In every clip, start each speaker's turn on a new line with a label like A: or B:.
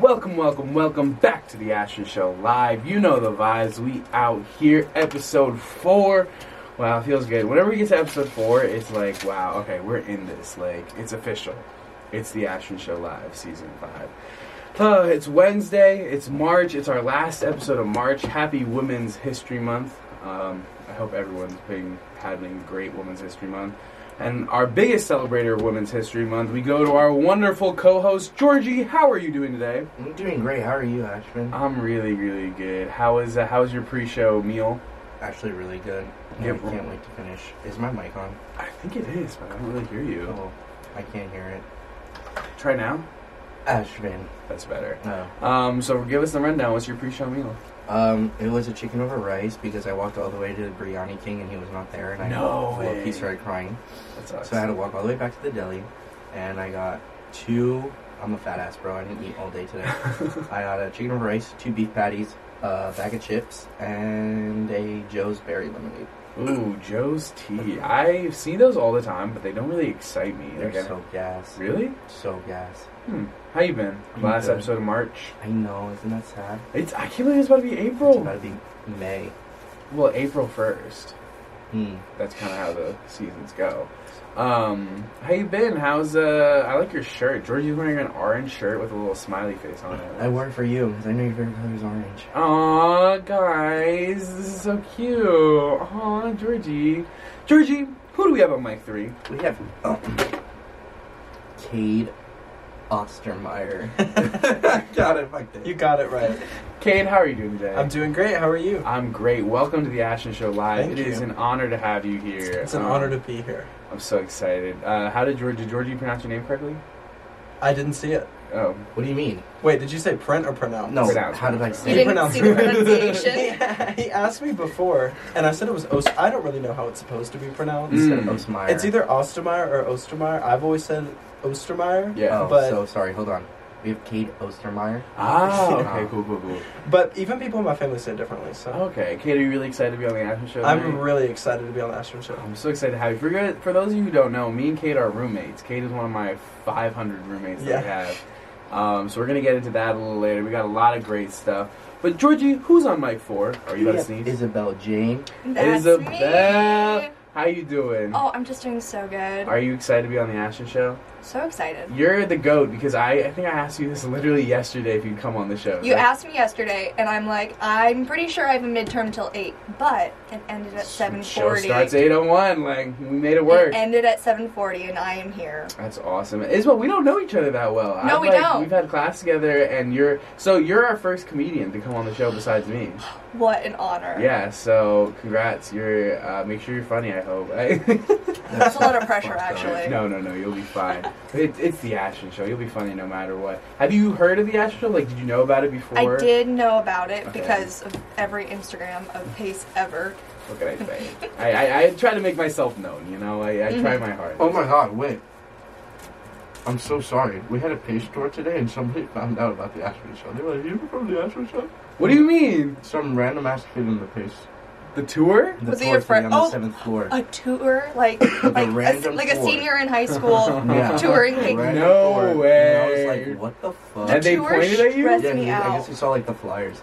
A: Welcome, welcome, welcome back to the Ashton Show Live. You know the vibes. We out here, episode four. Wow, it feels good. Whenever we get to episode four, it's like, wow, okay, we're in this. Like, it's official. It's the Ashton Show Live, season five. Uh, it's Wednesday. It's March. It's our last episode of March. Happy Women's History Month. Um, I hope everyone's been having a great Women's History Month. And our biggest celebrator of Women's History Month, we go to our wonderful co-host Georgie. How are you doing today?
B: I'm doing great. How are you, Ashman?
A: I'm really, really good. How is uh, how's your pre-show meal?
B: Actually, really good.
A: Yeah,
B: I
A: bro.
B: can't wait to finish. Is my mic on?
A: I think it is, but I don't really hear you.
B: Oh, I can't hear it.
A: Try now.
B: Ashman.
A: That's better.
B: No.
A: Um, so give us the rundown. What's your pre-show meal?
B: Um, it was a chicken over rice because I walked all the way to the Biryani King and he was not there, and I
A: No
B: well,
A: way.
B: he started crying.
A: That sucks.
B: So I had to walk all the way back to the deli, and I got two. I'm a fat ass bro. I didn't eat all day today. I got a chicken over rice, two beef patties, a bag of chips, and a Joe's berry lemonade.
A: Ooh, Joe's tea. I see those all the time, but they don't really excite me.
B: They're
A: Like, I-
B: so gas.
A: really?
B: So gas.
A: Hmm. How you been?
B: I'm
A: Last
B: good.
A: episode of March.
B: I know. Isn't that sad?
A: It's I can't believe it's about to be
B: It's
A: April.
B: about to be May.
A: Well, April first.
B: Hmm.
A: That's kind of how the seasons go. Um, how you been? How's uh? I like your shirt. Georgie's wearing an orange shirt with a little smiley face on it.
B: I work for you because I know your favorite color is orange.
A: Aw, guys, this is so cute. Aw, Georgie. Georgie, who do we have on mic three?
B: We have oh, Cade Ostermeyer.
C: got it, fucked it. You got it right.
A: Kate, how are you doing today?
C: I'm doing great. How are you?
A: I'm great. Welcome to the Ashton Show Live. It
C: Thank
A: is
C: you.
A: an honor to have you here.
C: It's an
B: Uh-huh.
A: Um,
C: honor to be here.
A: I'm so excited. Uh, how did Georgie? Did Georgie pronounce your name correctly?
C: I didn't see it.
A: Oh,
B: what do you mean?
C: Wait, did you say print or pronounce?
B: No,
A: Pronounce.
B: how did I
A: You
B: say
D: You
B: it?
D: didn't
C: pronounce
D: see
C: it.
D: the pronunciation.
C: He, he asked me before, and I said it was Ost. I don't really know how it's supposed to be pronounced.
A: Mm.
B: Ostermeyer.
C: It's either Ostermeyer or Ostermeyer. I've always said Ostermeyer,
A: yeah.
B: Oh,
C: but-
B: so sorry. Hold on. We have Cade Ostermeyer.
A: Ah, okay, cool, cool, cool.
C: but even people in my family say it differently. So
B: Oh,
A: Okay, Kate, are you really excited to be on the Ashton Show?
C: I'm
A: tonight?
C: really excited to be on the Ashton Show.
A: I'm so excited to have you. For, you- for those of you who don't know, me and Kate are roommates. Kate is one of my 500 roommates that I
C: Yeah.
A: have. Um, so we're going to get into that a little later. We got a lot of great stuff. But Georgie, who's on mic four? Are you
B: We
A: about to
B: have
A: sneeze?
B: Isabel Jane.
D: That's
A: Isabel,
D: me.
A: how you doing?
D: Oh, I'm just doing so good.
A: Are you excited to be on the Ashton Show?
D: so excited.
A: You're the goat because I, I think I asked you this literally yesterday if you'd come on the show.
D: You
A: Like,
D: asked me yesterday, and I'm like, I'm pretty sure I have a midterm till eight, but it ended at seven
A: Show
D: forty.
A: starts 8:01. Like we made it work.
D: It ended at seven forty, and I am here.
A: That's awesome. Isabel, we don't know each other that well.
D: No, we don't.
A: We've had class together, and you're so you're our first comedian to come on the show besides me.
D: What an honor.
A: Yeah, so congrats. You're uh, make sure you're funny. I hope.
D: That's a lot of pressure,
B: Fucked up.
D: actually.
A: no, no, no. You'll be fine. It, it's the Ashton Show. You'll be funny no matter what. Have you heard of the Ashton Show? Like, did you know about it before?
D: I did know about it
A: Okay.
D: because of every Instagram of Pace ever.
A: What can I say? I, I, I try to make myself known. You know, I, I
D: Mm-hmm.
A: try my hardest.
B: Oh my god, wait. I'm so sorry. We had a paste store today and somebody found out about the Ashman Show. They were like, You were from the Ashman Show?
A: What do you mean?
B: Some random ass kid in the paste.
A: The tour?
B: The
D: Was it
B: fourth
D: your friend-
B: thing on the
D: oh,
B: seventh floor.
D: A tour, like like a, s-
B: random
D: like a
B: tour.
D: senior in high school
B: Yeah.
D: touring.
B: Right
A: No
B: before,
A: way.
B: And I was like, what the fuck?
A: And they
D: tour
A: pointed at you?
D: stressed
B: yeah,
D: me
B: he- I
D: out.
B: guess he saw like the flyers.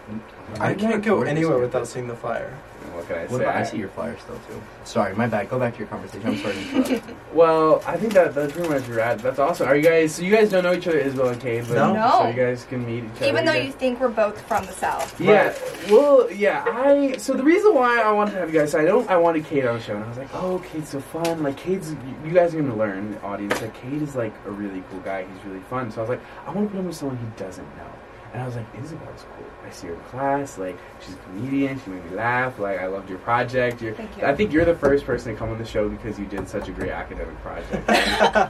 C: I
B: I'm
C: can't
B: not
C: go
B: bored.
C: anywhere without seeing the flyer.
A: What can I
B: What
A: say?
B: about I see your flyers still too? Sorry, my bad. Go back to your conversation. I'm sorry. to interrupt.
A: Well, I think that that's pretty much right. That's awesome. Are you guys? So you guys don't know each other, Isabel and Kate, but
C: No.
D: No.
A: so you guys can meet each other.
D: Even though
A: guys-
D: you think we're both from the south.
A: yeah, well, yeah. I so the reason why I wanted to have you guys, I don't, I wanted Kate on the show, and I was like, oh, Kate's so fun. Like Kate's, you- you guys are gonna learn, audience, that Kate is like a really cool guy. He's really fun. So I was like, I want to put him with someone he doesn't know. And I was like, Isabel's cool. I see her in class. Like she's a comedian. She made me laugh. Like I loved your project. Your,
D: Thank you.
A: I think you're the first person to come on the show because you did such a great academic project.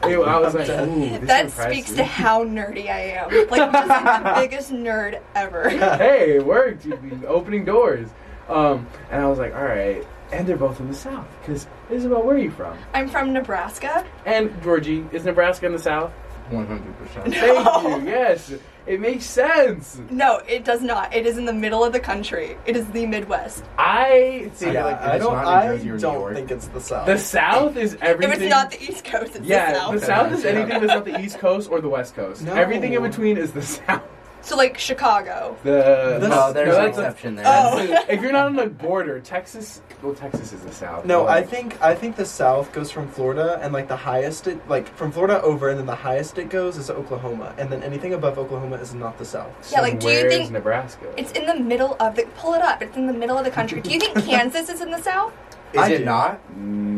A: Ew, I was like, ooh, this
D: that
A: impressed
D: speaks
A: me.
D: to how nerdy I am. Like, I'm just like the biggest nerd ever.
A: hey, it worked. You've been opening doors. Um, and I was like, all right. And they're both in the South. Because, Isabel, where are you from?
D: I'm from Nebraska.
A: And, Georgie, is Nebraska in the South?
B: 100%.
A: Thank
D: No.
A: you. Yes. It makes sense.
D: No, it does not. It is in the middle of the country. It is the Midwest.
A: I think
C: Yeah,
B: like if
C: I
B: it's
C: don't.
B: not in
C: I
B: Jersey or New
C: don't
B: York.
C: think it's the South.
A: the South is everything.
D: If it's not the East Coast, it's
A: yeah,
D: the South.
A: the South is
B: Yeah.
A: anything that's not the East Coast or the West Coast.
C: No.
A: Everything in between is the South.
D: So like Chicago.
A: The
C: That's-
B: no, Oh, there's
A: no,
B: an
A: that's-
B: exception there.
D: Oh.
A: if you're not on the border, Texas. Well, Texas is the South.
C: No,
A: but,
C: I
A: like,
C: think I think the South goes from Florida and like the highest it like from Florida over and then the highest it goes is Oklahoma and then anything above Oklahoma is not the South.
A: so
D: like, do you
A: where's
D: think-
A: Nebraska?
D: It's in the middle of the. Pull it up. It's in the middle of the country. Do you think Kansas is in the south?
B: Is
C: I
B: it
C: do.
B: not?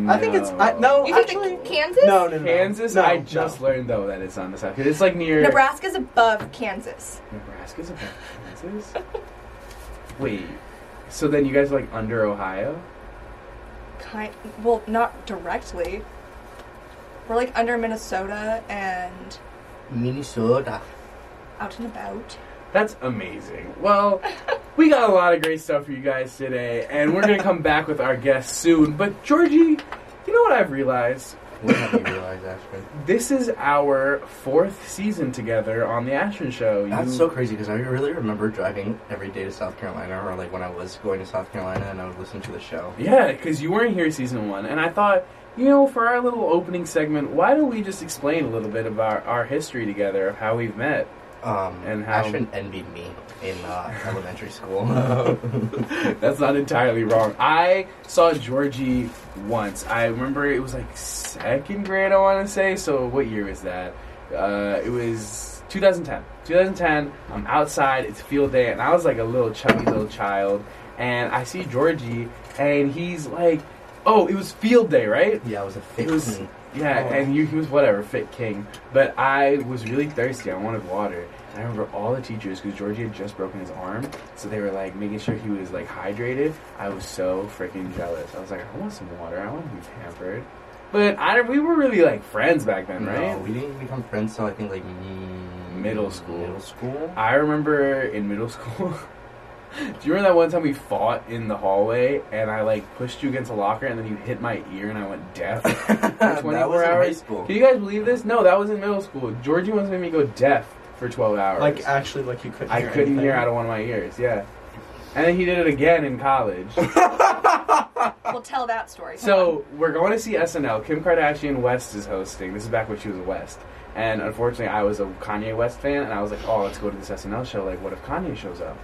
C: I think it's I, no
D: You think
C: Oh, actually
D: that Kansas?
C: no no no
A: Kansas.
C: No,
A: I
C: no.
A: just learned though that it's on the South. 'Cause It's like near
D: Nebraska's above Kansas.
A: Nebraska's above Kansas. Wait. So then you guys are like under Ohio?
D: Kind. Well, not directly. We're like under Minnesota and
B: Minnesota.
D: out and about.
A: That's amazing. Well, we got a lot of great stuff for you guys today, and we're gonna come back with our guests soon. But Georgie, you know what I've realized?
B: What have you realized, Ashton?
A: This is our fourth season together on the Ashton Show. You-
B: That's so crazy because I really remember driving every day to South Carolina, or like when I was going to South Carolina and I would listen to the show.
A: Yeah, because you weren't here season one, and I thought, you know, for our little opening segment, why don't we just explain a little bit about our history together, of how we've met?
B: Um,
A: And
B: and
A: how-
B: Ashton envied me in uh, elementary school.
A: That's not entirely wrong. I saw Georgie once. I remember it was like second grade, I want to say. So what year was that? Uh, it was 2010. 2010. I'm outside. It's field day, and I was like a little chubby little child. And I see Georgie, and he's like, "Oh, it was field day, right?"
B: yeah, I was a
A: It was-
B: fixin'.
A: Yeah,
C: Oh.
A: and you, he was whatever, fit king. But I was really thirsty. I wanted water. And I remember all the teachers, because Georgie had just broken his arm, so they were like making sure he was like hydrated. I was so freaking jealous. I was like, I want some water. I want to be pampered. But I we were really like friends back then, right?
B: No, we didn't become friends till I think like mm,
A: Middle school.
B: Middle school.
A: I remember in middle school. Do you remember that one time we fought in the hallway and I like pushed you against a locker and then you hit my ear and I went deaf?
B: that was in
A: 24
B: high
A: hours.
B: school.
A: Can you guys believe this? No, that was in middle school. Georgie once made me go deaf for 12 hours.
C: like actually like you couldn't
A: I
C: hear
A: couldn't hear
C: anything.
A: out of one of my ears, yeah. And then he did it again in college.
D: We'll tell that story. Come on.
A: so we're going to see SNL. Kim Kardashian West is hosting. This is back when she was a West. And unfortunately, I was a Kanye West fan, and I was like, oh, let's go to this SNL show. Like, what if Kanye shows up?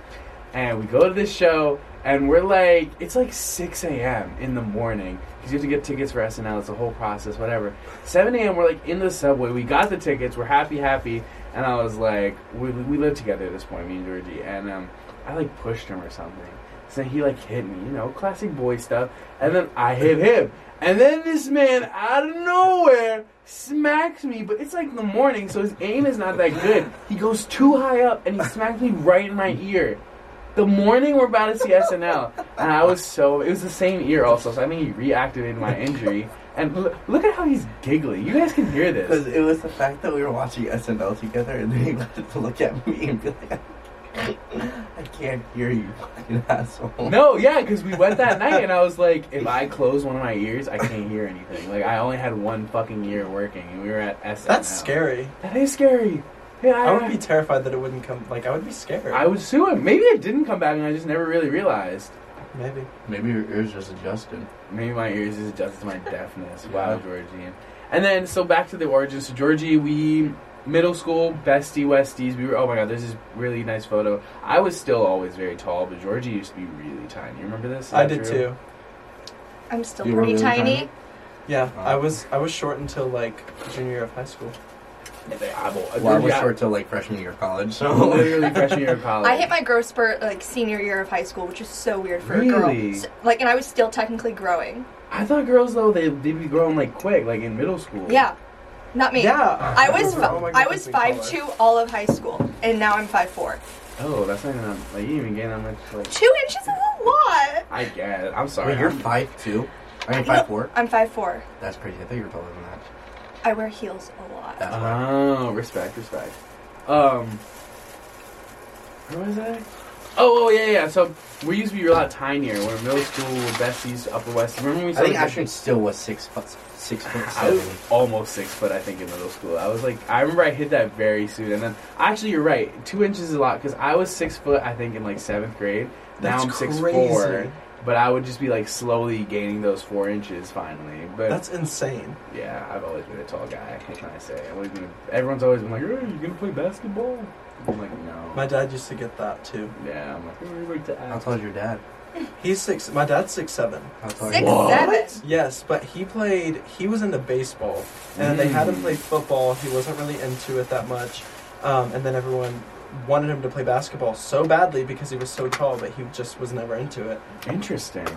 A: And we go to this show, and we're like, it's like 6 a.m. in the morning because you have to get tickets for SNL. It's a whole process, whatever. 7 a.m. We're like in the subway. We got the tickets. We're happy, happy. And I was like, we, we live together at this point, me and Georgie. And um, I like pushed him or something. So he like hit me, you know, classic boy stuff. And then I hit him. And then this man out of nowhere smacks me, but it's like in the morning, so his aim is not that good. He goes too high up and he smacks me right in my ear the morning we're about to see SNL, and I was so it was the same ear also, so I think he reactivated my injury. And l- look at how he's giggling. You guys can hear
B: Because
A: this.
B: it was the fact that we were watching SNL together, and then he wanted to look at me and be like, "I can't hear you, fucking asshole."
A: No, yeah, because we went that night, and I was like, if I close one of my ears, I can't hear anything. Like I only had one fucking ear working, and we were at SNL.
C: That's scary.
A: That is scary. Yeah,
C: I would be terrified that it wouldn't come like I would be scared.
A: I would sue him. Maybe it didn't come back, and I just never really realized.
C: Maybe.
B: Maybe your ears just adjusted.
A: Maybe my ears is adjusted to my deafness. Wow, Georgie. And then, so back to the origins. So, Georgie, we middle school bestie Westies. We were. Oh my God, there's this really nice photo. I was still always very tall, but Georgie used to be really tiny. You remember this? Is
C: I
A: that
C: did
A: true?
C: too.
D: I'm still
B: You were
D: pretty
B: really
D: tiny.
B: tiny?
C: Yeah.
B: Wow.
C: I was I was short until like junior year of high school.
A: Yeah, they- I, well,
B: Well, I
A: Georgie,
B: was
A: I-
B: short till like freshman year of college, so
A: Literally freshman year of college.
D: I hit my growth spurt like senior year of high school, which is so weird for a
A: Really?
D: girl. So, like, and I was still technically growing.
A: I thought girls though they they'd be growing like quick, like in middle school.
D: Yeah, not me.
C: Yeah.
D: I was
C: remember.
D: fi-
C: Oh my
D: I
C: God,
D: was
C: that's in
D: five
C: college.
D: two all of high school, and now I'm five four.
A: Oh, that's not even like you didn't even gain that much. Like,
D: Two inches is a lot.
A: I get. I'm sorry.
B: Wait, you're
A: I'm-
B: five two. I mean five four.
D: I'm five four.
B: That's crazy. I thought you were taller than that.
D: I wear heels a lot.
B: That's why.
A: Oh, respect, respect. Um, where was I? Oh, oh yeah, yeah. So we used to be a lot tinier. When in middle school, we're besties, upper west. Remember when we?
B: I think
A: started-
B: Ashton still was six foot six foot
A: I
B: seven.
A: was almost six foot, I think, in middle school. I was like, I remember I hit that very soon, and then actually, you're right. Two inches is a lot because I was six foot, I think, in like seventh grade. Now
C: That's
A: I'm six
C: crazy.
A: four, but I would just be like slowly gaining those four inches finally. But
C: That's insane.
A: yeah, I've always been a tall guy. What can I say? I've always been- everyone's always been like, "Hey, you gonna play basketball?" I'm like, no.
C: My dad used to get that too.
A: yeah, I'm like, "Oh, I like to
B: How
A: ask.
B: tall is your dad?
C: He's six. My dad's six seven.
B: How tall is
D: Six,
B: your
A: Whoa.
D: seven.
C: Yes, but he played. He was into baseball, and they had him
A: Mm.
C: play football. He wasn't really into it that much, um, and then everyone wanted him to play basketball so badly because he was so tall, but he just was never into it.
A: Interesting.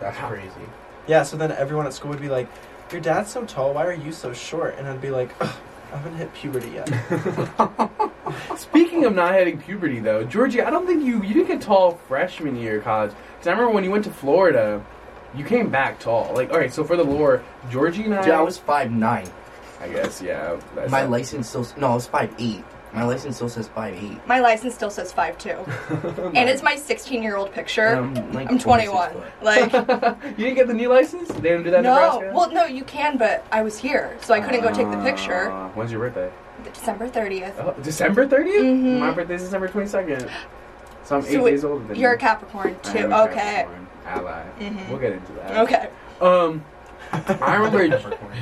B: That's crazy.
C: Yeah, so then everyone at school would be like, "Your dad's so tall. Why are you so short?" And I'd be like, Ugh, "I haven't hit puberty yet."
A: Speaking of not hitting puberty, though, Georgie, I don't think you you didn't get tall freshman year of college. Because I remember when you went to Florida, you came back tall. Like, all right, so for the lore, Georgie and I,
B: Dude, I was five nine.
A: I guess, yeah. that's-
B: My license still s- no, I was five eight. My license still says five eight.
D: My license still says five two, and it's my 16 year old picture.
B: Um, like
D: I'm 21. Like,
A: you didn't get the new license? They didn't do that in
D: no.
A: Nebraska?
D: Well, no, you can, but I was here, so I couldn't go take the picture.
A: Uh, when's your birthday?
D: December 30th.
A: Oh, December 30th?
D: Mhm.
A: My birthday's December 22nd. So I'm eight
D: So wait,
A: days older than
D: You're a
A: you.
D: Capricorn
A: I
D: too.
A: am a
D: Okay.
A: Capricorn Ally.
D: Mhm.
A: We'll get into that.
D: Okay.
A: Um, I remember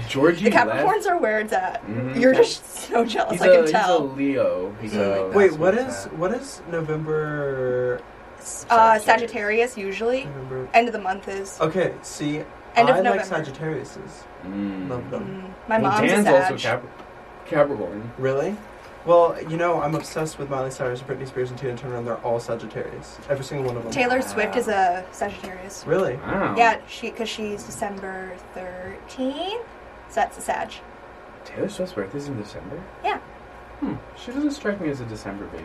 A: Georgie
D: The
A: left.
D: Capricorns Mm-hmm. are where it's at.
A: Mhm.
D: You're just so jealous.
A: He's
D: I
A: a,
D: can
A: he's a
D: tell.
A: Leo.
B: He's
A: so-
B: a-
C: Wait,
B: That's
C: what
B: where
C: is
B: it's at.
C: what is November?
D: uh,
A: Sagittarius. Oh.
D: Sagittarius usually.
C: November.
D: End of the month is.
C: Okay, see,
D: End of
C: I like
D: November.
C: Sagittarius's.
A: Mm.
C: Love them.
D: Mm, My
A: well,
D: mom's a
A: Dan's
D: Sag.
A: also Cap- Capricorn.
C: Really? Well, you know, I'm obsessed with Miley Cyrus, Britney Spears, and Tina Turner, and they're all Sagittarius. Every single one of them.
D: Taylor Swift is a Sagittarius.
C: Really?
A: Wow.
D: Yeah, she because she's December 13th, so that's a Sag.
A: Taylor Swift's birthday is in December?
D: Yeah.
A: Hmm. She doesn't strike me as a December baby.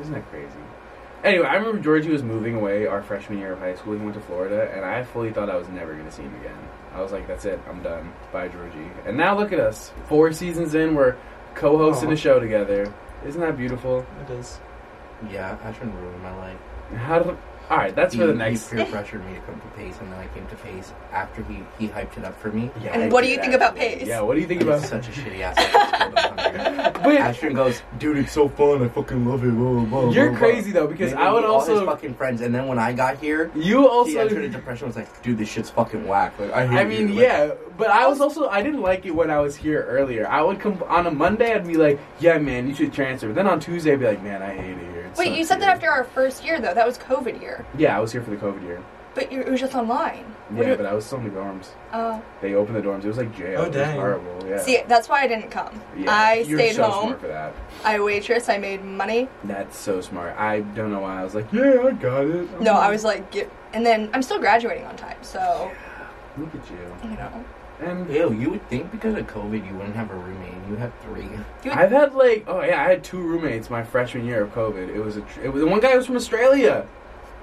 A: Isn't that crazy? Anyway, I remember Georgie was moving away our freshman year of high school. He went to Florida, and I fully thought I was never going to see him again. I was like, that's it. I'm done. Bye, Georgie. And now look at us. Four seasons in, we're co hosting
C: Aw.
B: Oh.
A: a show together. Isn't that beautiful?
C: It is.
B: Yeah, I shouldn't ruin my life.
A: How do. Alright, that's
B: he,
A: for the
B: he
A: next.
B: peer pressured me to come to Pace, and then I came to Pace after he he hyped it up for me.
A: Yeah,
D: And
A: I
D: what do
A: did
D: you think about
A: actually.
D: Pace?
A: Yeah, what do you think
B: It's
A: about
B: such a shitty ass.
A: Wait,
B: Ashton goes, dude, it's so fun. I fucking love it. Blah, blah, blah,
A: You're
B: blah,
A: crazy,
B: blah."
A: though, because
B: Made me
A: I would
B: meet all his
A: also.
B: fucking friends, and then when I got here,
A: You also.
B: he entered a depression. Was like, dude, this shit's fucking whack. Like, I hate
A: I mean,
B: you. Like,
A: yeah, but I was also I didn't like it when I was here earlier. I would come on a Monday. I'd be like, "Yeah, man, you should transfer." But then on Tuesday, I'd be like, "Man, I hate it here." It
D: Wait,
A: sucks
D: you said that
A: here."
D: after our first year though. That was COVID year,
A: Yeah, I was here for the COVID year.
D: but you, it was just online. What
A: Yeah,
D: do-
A: but I was still in the dorms.
D: oh.
A: They opened the dorms. It was like jail.
C: Oh,
A: it was
C: dang.
A: horrible. Yeah.
D: See, that's why I didn't come.
A: Yeah,
D: I
A: You're
D: stayed
A: so
D: home.
A: Smart for that.
D: I waitress. I made money.
A: That's so smart. I don't know why I was like, "Yeah, I got it." I'm
D: No, I
A: like,
D: was like, get, and then I'm still graduating on time, so
A: Look at you.
D: you know.
A: And
B: Ew, you would think because of COVID you wouldn't have a roommate. and You have three.
A: I've had like, oh yeah, I had two roommates my freshman year of COVID. It was a, tr- it was, one guy was from Australia.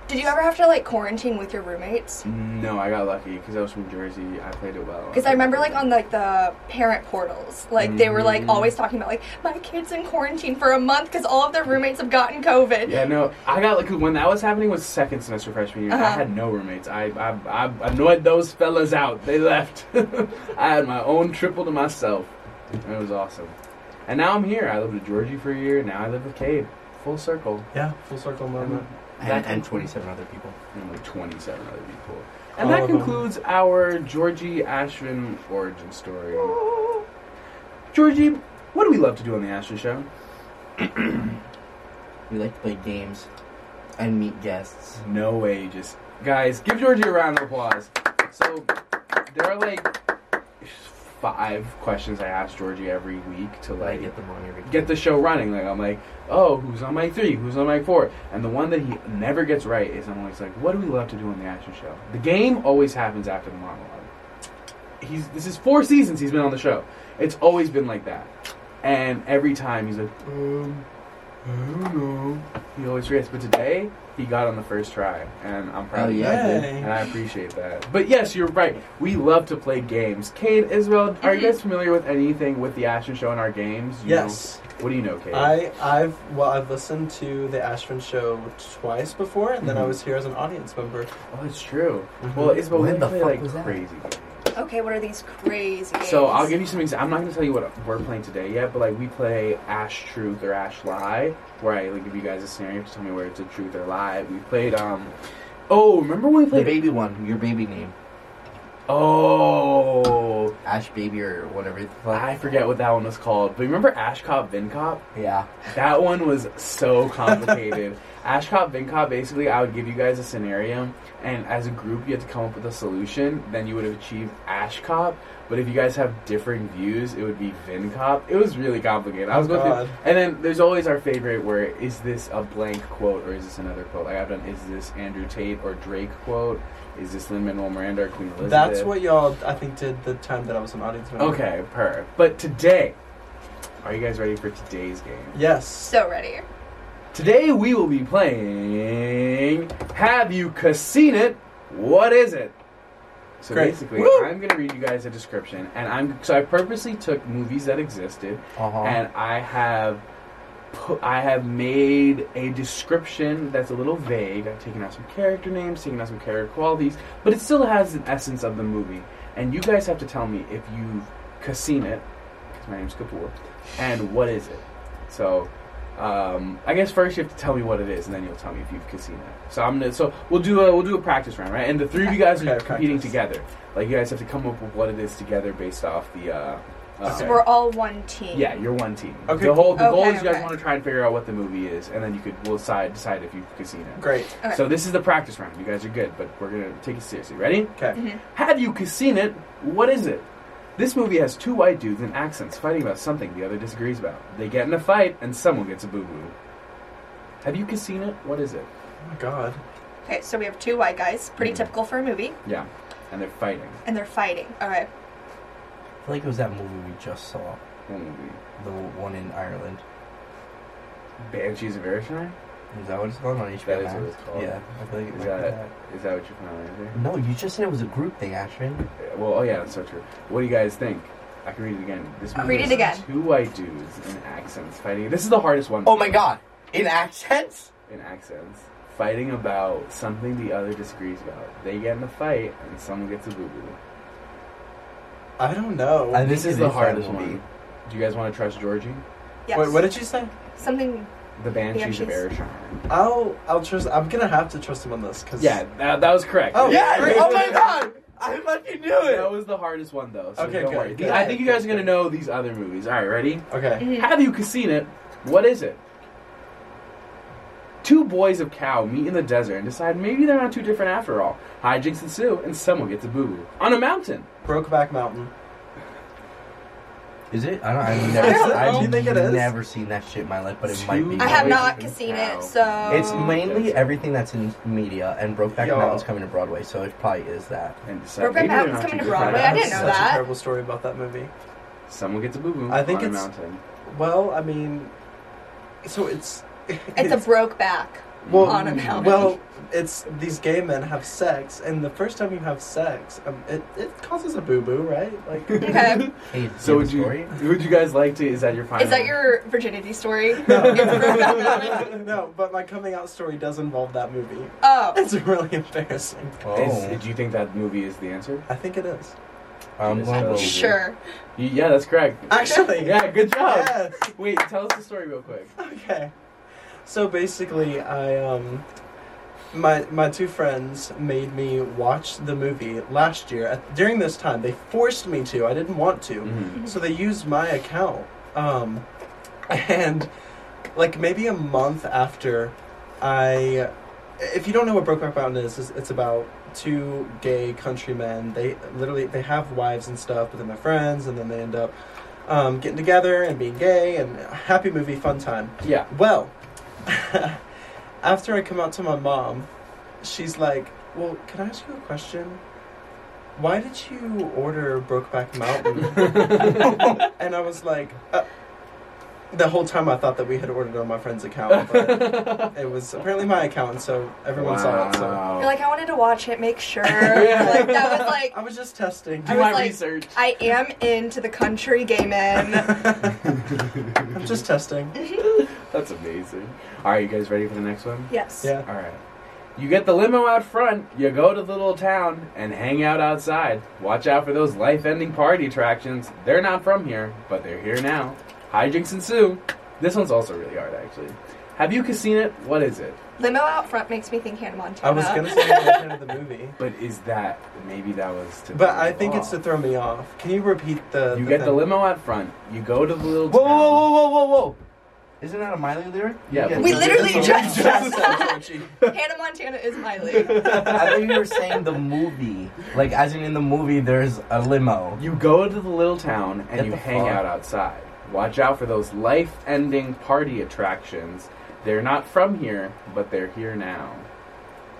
D: Did you ever have to like quarantine with your roommates?
A: No, I got lucky because I was from Jersey. I played it well.
D: Because I remember like on like the parent portals, like they were like
A: Mhm.
D: always talking about like my kids in quarantine for a month because all of their roommates have gotten COVID.
A: Yeah, no, I got like when that was happening was second semester freshman year. I
D: Uh-huh.
A: had no roommates. I, I I annoyed those fellas out. They left. I had my own triple to myself. And it was awesome. And now I'm here. I lived with Georgie for a year. Now I live with Cade. Full circle.
C: Yeah, full circle moment.
B: And, and 27 other people.
A: and like 27 other people. And
C: All
A: that
C: of 'em.
A: concludes our Georgie Ashvin origin story. Georgie, what do we love to do on the Ashvin Show?
B: We like to play games and meet guests.
A: No way, you just guys, give Georgie a round of applause. So there are like five questions I ask Georgie every week to
B: But I
A: like
B: get them wrong every time.
A: get the show running. Like I'm like, oh, who's on mic three? Who's on mic four? And the one that he never gets right is I'm always like, what do we love to do on the action show? The game always happens after the monologue. He's this is four seasons he's been on the show. It's always been like that. And every time he's like, um, I don't know. He always forgets. But today he got on the first try, and I'm proud
B: Oh,
A: of you.
B: yeah, dude.
C: Yay.
A: And I appreciate that. But yes, you're right. We love to play games. Kate, Israel, are you guys familiar with anything with the Ashton Show in our games? You know-
C: Yes.
A: what do you know, Kate?
C: I I've well I've listened to the Ashman show twice before, and then I
A: Mhm.
C: was here as an audience member.
A: oh, it's true.
C: Mhm.
A: Well, it's but
B: Uh-huh. When
A: we
B: the
A: play
B: fuck
A: like
B: was that?
A: crazy. games.
D: Okay, what are these crazy? Games?
A: So I'll give you some examples. I'm not gonna tell you what we're playing today yet, but like we play Ash Truth or Ash Lie, where I like give you guys a scenario to tell me where it's a truth or lie. We played um. Oh, remember when we
B: The
A: played?
B: baby one, your baby name.
A: oh,
B: Bo- Ash Baby or whatever. the fuck.
A: I forget what that one was called, but remember Ash Cop Vin Cop?
B: Yeah.
A: That one was so complicated. Ash Cop, Vin Cop, basically, I would give you guys a scenario, and as a group, you had to come up with a solution. Then you would have achieved Ash Cop. But if you guys have different views, it would be Vin Cop. It was really complicated. I was
C: Oh,
A: going
C: God.
A: through, and then there's always our favorite where is this a blank quote or is this another quote? Like I've done, is this Andrew Tate or Drake quote? Is this Lin Manuel Miranda or Queen Elizabeth?
C: That's what y'all, I think, did the time that I was an audience member.
A: Okay, per. But today, are you guys ready for today's game?
C: Yes.
D: So ready.
A: Today we will be playing Have You Caseen It? What is it? So
C: Great.
A: basically,
C: Woo!
A: I'm going to read you guys a description, and I'm so I purposely took movies that existed,
B: Uh-huh.
A: and I have pu- I have made a description that's a little vague. I've taken out some character names, taken out some character qualities, but it still has an essence of the movie. And you guys have to tell me if you've caseen it, because my name's Kapoor, and what is it. So, um, I guess first you have to tell me what it is, and then you'll tell me if you've caseen it. So I'm gonna so we'll do a we'll do a practice round, right? And the three of you guys are
C: Okay,
A: competing
C: practice.
A: together. Like you guys have to come up with what it is together based off the. Uh, uh,
D: So we're all one team.
A: yeah, you're one team.
C: Okay.
A: The whole the goal
D: Okay,
A: is you guys
D: okay.
A: want to try and figure out what the movie is, and then you could we'll decide decide if you've seen it.
C: Great.
D: Okay.
A: So this is the practice round. You guys are good, but we're gonna take it seriously. Ready?
C: Okay.
D: Mhm.
A: Have you seen it? What is it? This movie has two white dudes in accents fighting about something the other disagrees about. They get in a fight, and someone gets a boo boo. Have you seen it? What is it?
C: Oh my god.
D: Okay, so we have two white guys. Pretty
A: Mhm.
D: typical for a movie.
A: Yeah, and they're fighting.
D: And they're fighting. All right.
B: I feel like it was that movie we just saw,
A: What movie?
B: the one in Ireland.
A: Banshees of Inisherin.
B: Is that what it's called on HBO
A: That is
B: Max?
A: what it's called.
B: Yeah, I feel like it
A: Is
B: might be
A: that- Is that what you're familiar with?
B: that. No, you just said it was a group thing, Ashton.
A: Yeah, Well, oh yeah, that's so true. What do you guys think? I can read it again. This movie
D: Read it
A: is
D: again.
A: Two white dudes in accents fighting. This is the hardest one.
B: Oh my god! In accents?
A: In accents, fighting about something the other disagrees about. They get in a fight, and someone gets a boo boo.
C: I don't know.
B: I-
A: This
B: think
A: is
B: it
A: the
B: is that
A: hardest
B: movie.
A: one. Do you guys want to trust Georgie?
D: Yes.
C: Wait, what did you say?
D: Something.
A: The Banshees of
D: Banshees.
A: Inisherin.
C: I'll, I'll trust. I'm gonna have to trust him on this because
A: Yeah, that, that was correct.
C: Oh,
B: Yes!
C: great.
B: Oh my god! I fucking knew
A: That
B: it!
A: was the hardest one though. So
C: Okay,
A: don't
C: good,
A: worry.
C: good.
A: I think you guys are gonna know these other movies. All right, ready?
C: Okay.
D: Mhm.
A: Have you seen it? What is it? Two boys of cow meet in the desert and decide maybe they're not too different after all. Hijinks ensue, and someone gets a boo boo on a mountain.
C: Brokeback Mountain.
B: Is it? I don't. I've
C: Is
B: never.
C: it?
B: I've
C: I don't think it is.
B: never seen that shit in my life, but it
A: Two
B: might be.
D: I have
A: boys
D: not
A: of
D: seen
A: cow.
D: it, so-
B: It's
D: Oh.
B: mainly everything that's in media, and Brokeback
C: Yo.
B: Mountain's coming to Broadway, so it probably is that.
A: And decide
D: Brokeback
A: maybe they're
D: Mountain's
A: not
D: coming
A: too
D: to
A: different
D: Broadway. I
A: after
D: didn't
C: That's
D: know
A: all.
C: such
D: that.
C: a terrible story about that movie.
A: Someone gets a boo boo.
C: I think
A: on
C: it's-
A: a mountain.
C: Well, I mean, so it's.
D: It's a broke back.
C: well,
D: on a mountain.
C: Well, it's these gay men have sex, and the first time you have sex, um, it, it causes a boo boo, right? Like,
D: Okay.
B: Hey,
A: So would you would you guys like to? Is that your final?
D: Is that your virginity story? It's
C: no,
D: Brokeback Mountain.
C: no, but my coming out story does involve that movie.
D: Oh.
C: It's really embarrassing.
B: Oh.
A: Is, do you think that movie is the answer?
C: I think it is.
B: I'm going
A: Oh,
B: to
D: Sure.
A: Y- Yeah, that's correct.
C: Actually,
A: Yeah, good job.
C: Yes.
A: Wait, tell us the story real quick.
C: Okay. So basically, I um, my my two friends made me watch the movie last year. At, during this time, they forced me to. I didn't want to.
B: Mm-hmm.
C: So they used my account. Um, and like maybe a month after, I, if you don't know what Brokeback Mountain is, is it's about two gay countrymen. They literally they have wives and stuff, but then they're friends, and then they end up um, getting together and being gay and happy movie, fun time.
A: Yeah.
C: Well, after I come out to my mom, she's like, "Well, can I ask you a question? Why did you order Brokeback Mountain?" and I was like, uh, the whole time I thought that we had ordered on my friend's account, but it was apparently my account, and so everyone saw it. So
A: Wow.
D: You're like, I wanted to watch it, make sure.
A: Yeah.
D: Like, that was like,
C: I was just testing.
A: do
D: I was
A: my
D: like-
A: research.
D: I am into the country gay men.
C: I'm just testing.
A: That's amazing. All right, you guys ready for the next one?
D: Yes.
C: Yeah.
A: All right. You get the limo out front, you go to the little town, and hang out outside. Watch out for those life ending party attractions. They're not from here, but they're here now. Hijinks ensue. This one's also really hard, actually. Have you seen it? What is it?
D: Limo out front makes me think Hannah Montana.
C: I was gonna say the version of the movie,
A: But is that maybe that was? To
C: but
A: throw
C: I
A: you
C: think it's
A: off.
C: to throw me off. Can you repeat the?
A: You get the
C: thing?
A: limo out front. You go to the little.
B: Whoa,
A: town.
B: whoa, whoa, whoa, whoa, whoa! Isn't that a Miley lyric?
A: Yeah,
B: You get-
A: but-
D: We literally just-
C: just
D: Hannah Montana is Miley.
B: I thought you were saying the movie, like as in in the movie, there's a limo.
A: You go to the little town and
B: What
A: you
B: the
A: hang
B: fuck?
A: out outside. Watch out for those life-ending party attractions. They're not from here, but they're here now.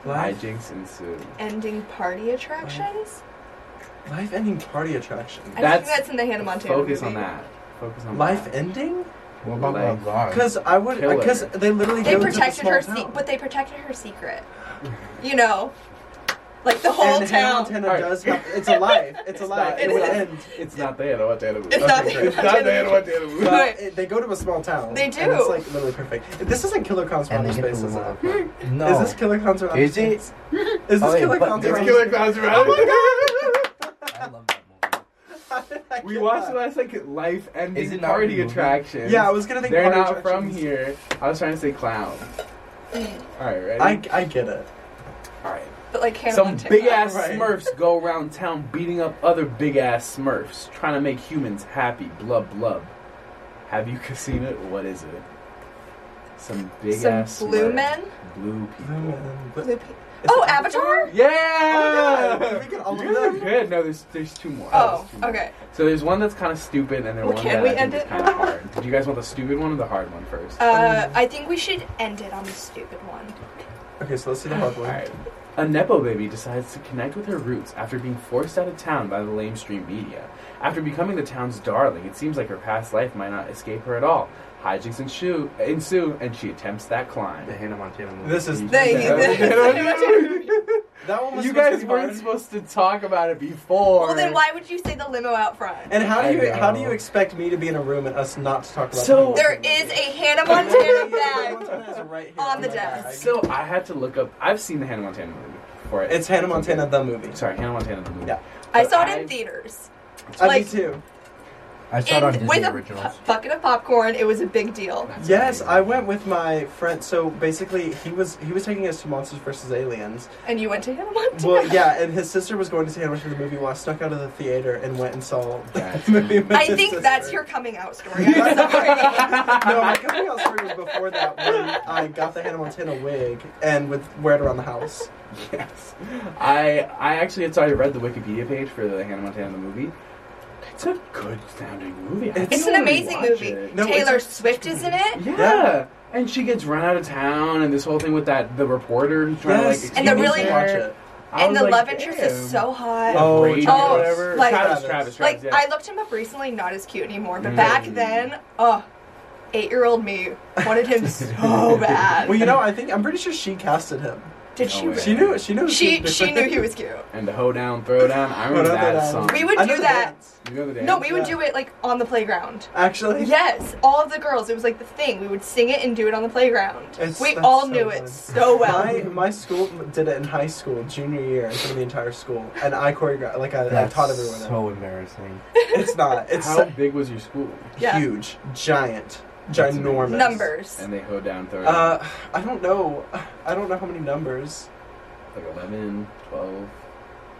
C: life,
A: Hijinks ensue.
D: Ending party attractions.
C: life ending party attraction.
D: I don't
A: That's-
D: think that's in the Hannah Montana
A: Focus on
D: movie.
A: that. Focus on
C: Life
A: that.
C: ending?
B: What
A: about my
C: Because I would.
A: Killer.
C: Because they literally
D: They
C: go to the
D: protected
C: small
D: her, se-
C: town.
D: but they protected her secret. You know, like the whole
C: and Hannah
D: town.
C: Montana
A: Alright.
C: does have. It's alive. It's alive.
A: not-
C: It
D: it
C: will
D: is.
C: end.
A: It's not the Hannah Montana movie.
D: It's not the
A: Okay,
D: Hannah
A: It's not the
D: Montana
A: Hannah Montana movie.
C: But
D: Right.
C: it- they go to a small town.
D: They
C: And it's
D: do.
C: like literally perfect. This isn't Killer Clowns from
B: And
C: Outer
B: they get
C: Space,
B: the
C: is it?
B: limo. No.
C: Is this Killer Clowns from Outer
B: Is it?
C: Space? Is this
B: Oh, yeah,
C: Killer
B: but
C: Clowns
B: it's
C: from
A: It's
C: Outer
A: Killer Clowns around.
B: I love that movie.
C: Space?
A: We watched the last like life ending
B: Is it not
A: party
B: a movie?
A: attractions.
C: Yeah, I was gonna think
A: They're
C: party
A: not from
C: attractions.
A: here. I was trying to say clowns.
D: Mm.
A: All right, ready?
C: I, I get it.
A: All right.
D: But like Hannah
A: Some
D: Montana.
A: big ass
C: Right.
A: Smurfs go around town beating up other big ass Smurfs, trying to make humans happy. Blub blub. Have you seen it? What is it? Some big ass
D: Some blue
A: Smurfs.
D: men.
A: Blue people.
D: Blue pe- oh, Avatar.
A: Yeah,
C: Oh my God, we get all of
A: You guys are
C: them?
A: good. No, there's there's two more.
D: Oh,
A: There's two more.
D: okay.
A: So there's one that's kind of stupid, and then
D: Well,
A: one
D: can
A: that
D: we
A: I think
D: end
A: is
D: it?
A: kind of hard. Do you guys want the stupid one or the hard one first?
D: Uh, I think we should end it on the stupid one.
C: Okay, so let's see the hard one.
A: Alright. A Nepo baby decides to connect with her roots after being forced out of town by the lamestream media. After becoming the town's darling, it seems like her past life might not escape her at all. Hijinks ensue, ensue and she attempts that
B: The
A: climb.
B: Hannah Montana movie.
C: This is
D: They-
C: that one. Was
A: you
C: supposed to
A: guys
C: be
A: weren't
C: hard.
A: supposed to talk about it before.
D: Well, then why would you say the limo out front?
C: And how do
A: I
C: you how do
A: know.
C: you expect me to be in a room and us not to talk about?
A: So-
C: the
D: There
C: Hannah
D: is a
C: Montana
D: Hannah
C: movie?
D: Montana
C: Hannah
D: bag.
C: Montana is right here
D: on the
C: my
D: desk.
C: bag.
A: So I had to look up. I've seen the Hannah Montana movie before.
C: it's Hannah Montana the movie.
A: Sorry, Hannah Montana the movie.
C: Yeah.
D: I
A: But
D: saw it in theaters.
C: I
D: like-
C: do too.
B: I saw it on
D: And
B: Disney
D: with a
B: Originals.
D: bu- bucket of popcorn, it was a big deal.
A: That's
C: Yes,
A: amazing.
C: I went with my friend. So basically, he was he was taking us to Monsters vs Aliens.
D: And you went to Hannah Montana.
C: Well, yeah, and his sister was going to see Hannah Montana the movie. Well, I snuck out of the theater and went and saw
A: That's
C: the movie. with
D: I
C: his
D: think that's
C: sister.
D: your coming out story. I'm sorry.
C: No, my coming out story was before that when I got the Hannah Montana wig and would wear it around the house.
A: Yes. I I actually had already read the Wikipedia page for the Hannah Montana the movie. It's a good sounding movie. I
D: It's
A: think
D: an
A: I would
D: amazing
A: watch
D: movie.
A: it.
C: No,
D: Taylor
C: it's-
D: Swift is in it.
A: Yeah.
C: Yeah.
A: And she gets run out of town and this whole thing with that the reporter who's trying
C: Yes,
A: to like
D: And they're
A: excuse
D: really-
A: her.
C: watch it.
A: I
D: and
A: was
D: the
A: like,
D: love interest
A: damn.
D: is so hot.
C: Oh,
A: Brady or
D: Oh,
A: whatever.
D: like-
A: Travis, Travis,
D: like
A: Travis, yeah.
D: I looked him up recently, not as cute anymore, but
A: Mm.
D: back then, oh, eight-year-old me wanted him so bad.
C: Well, you know, I think I'm pretty sure she casted him.
D: Did
A: No
D: she?
A: way.
D: really?
C: She knew. She knew.
D: She she knew he was cute.
A: and the hoedown, throwdown. I remember
C: Whatever
A: that
C: that-
A: song.
D: We would
C: I know
D: do
C: the
D: that.
C: dance,
A: You know the dance?
D: No, we would
C: Yeah.
D: do it like on the playground.
C: Actually,
D: Yes, all of the girls. It was like the thing. We would sing it and do it on the playground.
C: It's-
D: we
C: that's
D: all
C: so
D: knew
C: good.
D: it so well.
C: My my school did it in high school, junior year, in front of the entire school, and I choreographed. Like I, I
B: That's
C: taught everyone. it.
B: so embarrassing.
C: It's not. It's
A: How
C: so
A: big was your school?
D: Yeah.
C: huge, giant,
A: That's
C: ginormous
D: Numbers.
A: And they hoedown, throwdown.
C: Uh, I don't know. I don't know how many numbers.
A: like 11, 12.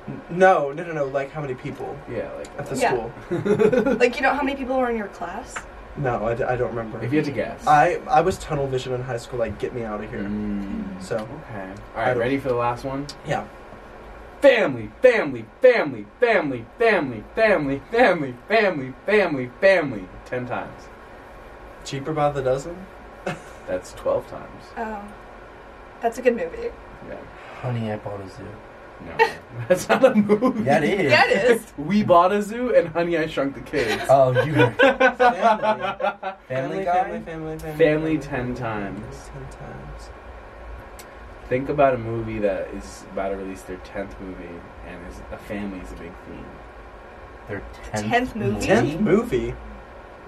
C: N- No, no, no, no. Like how many people
A: Yeah, like
C: at the
D: Yeah.
C: school?
D: Like you know how many people were in your class?
C: No, I, d- I don't remember.
A: If you had to guess.
C: I I was tunnel vision in high school. Like, get me out of here.
A: Mm.
C: So
A: Okay. All
C: I
A: right,
C: don't-
A: ready for the last one?
C: yeah,
A: Family, family, family, family, family, family, family, family, family, family. Ten times.
C: cheaper by the dozen.
A: That's twelve times.
D: Oh, that's a good movie.
A: Yeah.
B: Honey, I bought a zoo.
A: No, that's not a movie.
B: Yeah, it is.
D: Yeah, it is.
A: We bought a zoo and Honey, I Shrunk the Kids.
B: Oh, you
C: Family.
B: Family
C: family,
B: Guy.
C: family, family,
A: Family 10 times.
C: Ten times.
A: Think about a movie that is about to release their tenth movie, and is a family is a big theme.
B: Their tenth,
D: Tenth movie?
C: Tenth movie.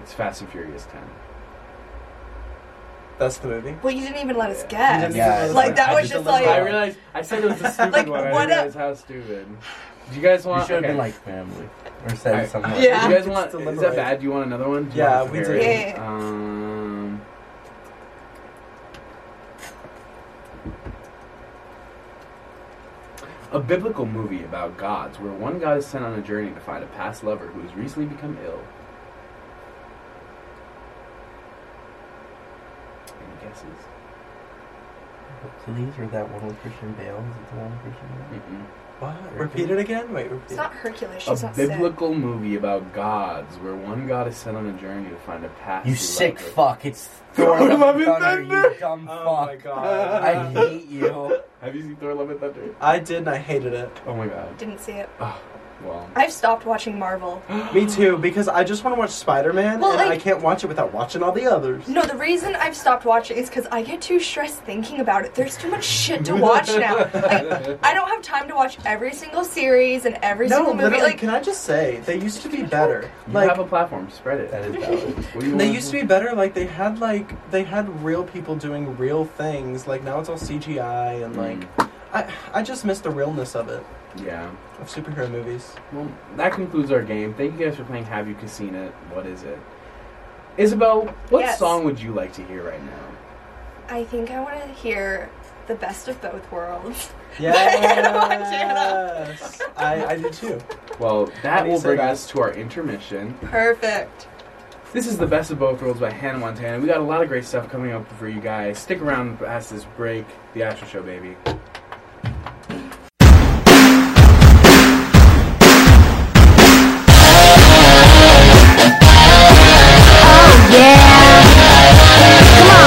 A: It's Fast and Furious ten.
C: That's the movie.
D: Well, you didn't even let us
C: You
D: guess.
C: didn't
B: Yeah,
C: even
D: Like, that
B: I
D: was
B: just
D: just
B: don't
D: like-
A: I
B: know.
A: realized I said it was a stupid
D: Oh, Like,
A: one. I
D: what a-
A: realized how stupid. Do you guys want?
B: You should have
A: okay.
B: been like family or said
A: Alright.
B: something.
D: Yeah.
A: Do you guys
C: It's
A: want? Is
C: deliberate.
A: that bad? Do you want another one? Do you
C: Yeah,
A: want
C: we
A: to compare
D: do.
A: it?
D: Yeah.
A: Um, a biblical movie about gods where one god is sent on a journey to find a past lover who has recently become ill. Any guesses?
B: Hercules or that one with Christian Bale? Is it the one with Christian Bale?
A: Mm-mm.
C: What? Repeat it again? Wait, repeat.
D: It's not Hercules. She's
A: A
D: not sick.
A: biblical movie about gods where one god is sent on a journey to find a past
B: You sick
A: lover.
B: fuck! It's Thor
A: Thor:
B: Love
A: Love and
B: and Thunder.
A: Thunder.
B: You dumb
C: Oh
B: fuck!
C: my god.
B: I hate you.
A: Have you seen Thor: Love and Thunder?
C: I did and I hated it.
A: Oh my god.
D: Didn't see it.
A: Oh, well.
D: I've stopped watching Marvel.
C: Me too, because I just want to watch Spider Man
D: Well,
C: and
D: like-
C: I can't watch it without watching all the others.
D: No, the reason I've stopped watching is because I get too stressed thinking about it. There's too much shit to watch now. Like, I don't have time to watch every single series and every
C: No,
D: single movie.
C: literally,
D: Like,
C: can I just say they used to be better?
A: You
C: Like
A: have a platform. Spread it.
B: That is valid.
A: What do you
C: they
A: want?
C: used to be better. Like they had like they had real people doing real things. Like now it's all CGI and
A: Hmm.
C: like I I just miss the realness of it
A: Mm, Yeah.
C: of superhero movies.
A: Well, that concludes our game. Thank you guys for playing Have You Casino. What is it? Isabel, what
D: Yes.
A: song would you like to hear right now?
D: I think I want to hear the best of both worlds.
C: Yes, I I do too.
A: Well,
C: How
A: that
C: do you
A: will
C: say
A: bring
C: that?
A: us to our intermission.
D: Perfect.
A: This is the best of both worlds by Hannah Montana. We got a lot of great stuff coming up for you guys. Stick around past this break. The after show, baby.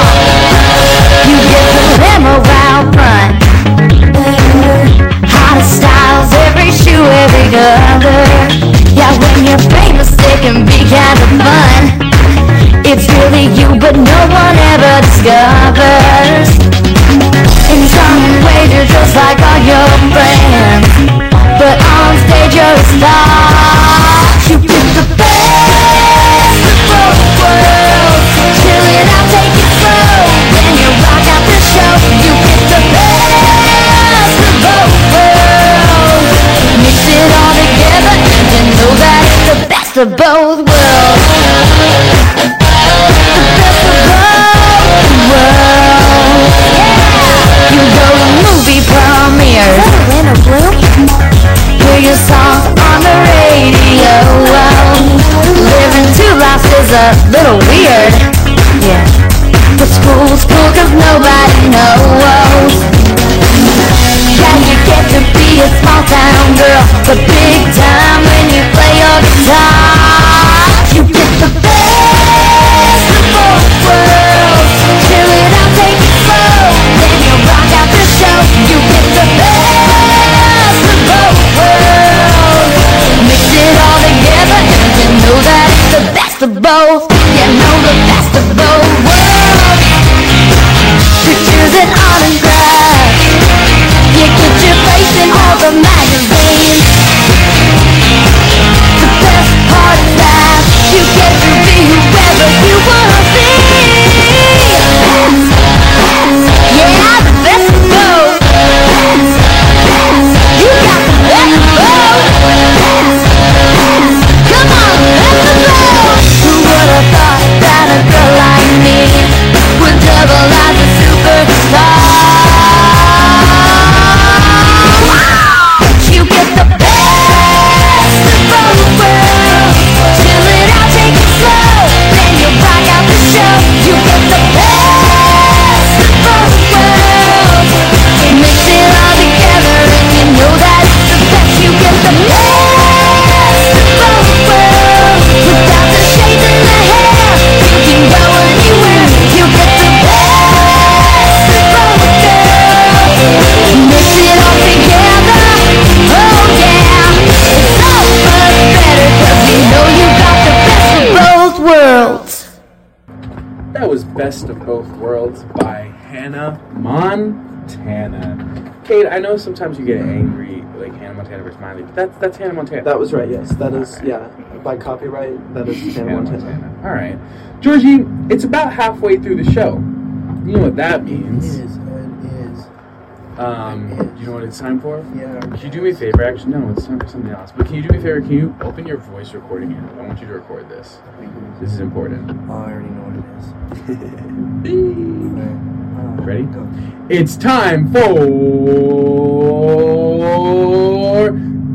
E: You get the limo out front. Hottest styles, every shoe, every color. Yeah, when you're famous, it can be kind of fun. It's really you, but no one ever discovers. In some ways, you're just like all your friends. But on stage, you're a star. You get the best of both worlds. Chill it out, take it slow. When you rock out the show, you get the best of both worlds. Mix it all together and you know that it's the best of both worlds. The best of both worlds. Yeah. You go to movie premieres. Hear your songs on the radio. Living two lives is a little weird. Yeah. But school's cool cause nobody knows. Yeah, you get to be a small town girl. But big time when you play your guitar. You get the best of both worlds. Chill it out, take it slow. Then you rock out the show. You get the best of both worlds. Mix it all together and you know that it's the best of both. You know the best of both worlds. Pictures and autographs. You get your face in all the magazines. The best part is that you get to be whoever you wanna be. Best, best, yeah, the best of both. Best, best, you got the best of both. Best, best, come on, best of both. Who would've thought that a girl like me would double as a superstar? You get the best of both worlds. Chill it out, take it slow. Then you rock out the show. You get the best of both worlds. You mix it all together and you know that it's the best. You get the best of both worlds. Without the shades in the hair, you can go anywhere. You get the best of both worlds. Mix it all together. Oh yeah, it's so much better 'cause you know you got the best of both worlds.
A: That was Best of Both Worlds by Hannah Montana. Kate, I know sometimes you get angry, like Hannah Montana versus Miley, but that's, that's Hannah Montana.
C: That was right. Yes, that is yeah. By copyright, that is Hannah Montana.
A: All right. Georgie, it's about halfway through the show. You know what that means.
B: is. It is.
A: Um, you know what it's time for?
B: Yeah.
A: Can you do me a favor? Actually, no, it's time for something else. But can you do me a favor? Can you open your voice recording app? I want you to record this. This is important.
B: Oh, I already know what it is. Okay. Uh,
A: Ready?
B: Go.
A: It's time for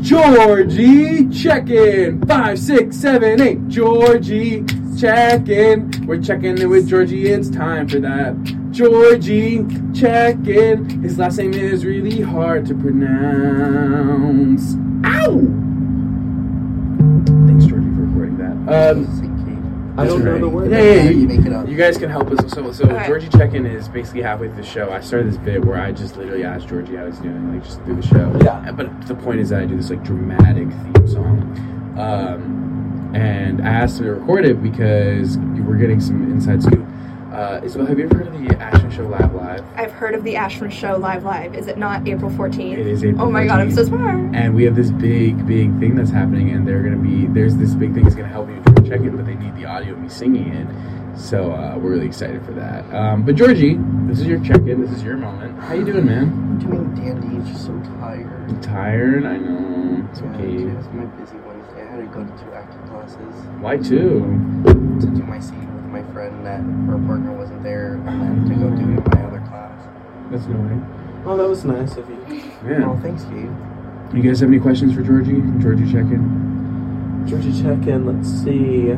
A: Georgie checking. Five, six, seven, eight. Georgie checking. We're checking in with Georgie. It's time for that. Georgie checking. His last name is really hard to pronounce. Ow! Thanks, Georgie, for recording that. Um,
B: I don't know the word.
A: Yeah, yeah, yeah.
B: you make it up.
A: you guys can help us. So, so
D: right.
A: Georgie check-in is basically halfway through the show. I started this bit where I just literally asked Georgie how he's doing, like just through the show.
B: Yeah.
A: And- But the point is that I do this like dramatic theme song, um, and I asked him to record it because we're getting some inside scoop. Uh, Isabel, have you ever heard of the Action Show Live Live?
D: I've heard of the Ashman Show live live. Is it not April 14th?
A: It is April
D: Oh my god, I'm so
A: 14th.
D: smart.
A: and we have this big, big thing that's happening, and they're gonna be there's this big thing that's gonna help you check it, but they need the audio of me singing it. So uh, we're really excited for that. Um, but Georgie, this is your check-in. This is your moment. How you doing, man?
B: I'm doing dandy. It's just so tired.
A: I'm tired. I know. It's
B: Yeah,
A: okay.
B: It's my busy Wednesday. I had to go to two acting classes
A: Why two?
B: to do my scene with my friend that her partner wasn't there, and then to go do it in my other class.
A: That's annoying.
C: Oh, that was nice of you.
B: Oh,
A: Yeah.
B: thanks, Gabe.
A: You guys have any questions for Georgie? Georgie check-in.
C: Georgia check in. Let's see.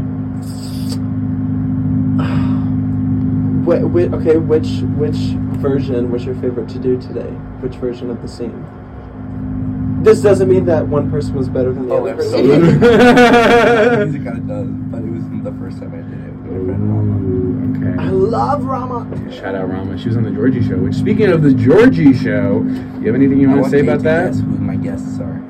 C: Wh- wh- okay, which which version was your favorite to do today? Which version of the scene? This doesn't mean that one person was better than the
B: Oh,
C: other person.
B: absolutely. Music kind of does, but it was the first time I did it with my friend. Mama.
A: Ooh,
C: I
A: okay.
C: love Rama.
A: Shout out Rama. She was on the Georgie show. Which, speaking of the Georgie show, you have anything you
B: I
A: want to
B: want
A: say
B: you
A: about
B: to
A: that?
B: Guess who my guests are.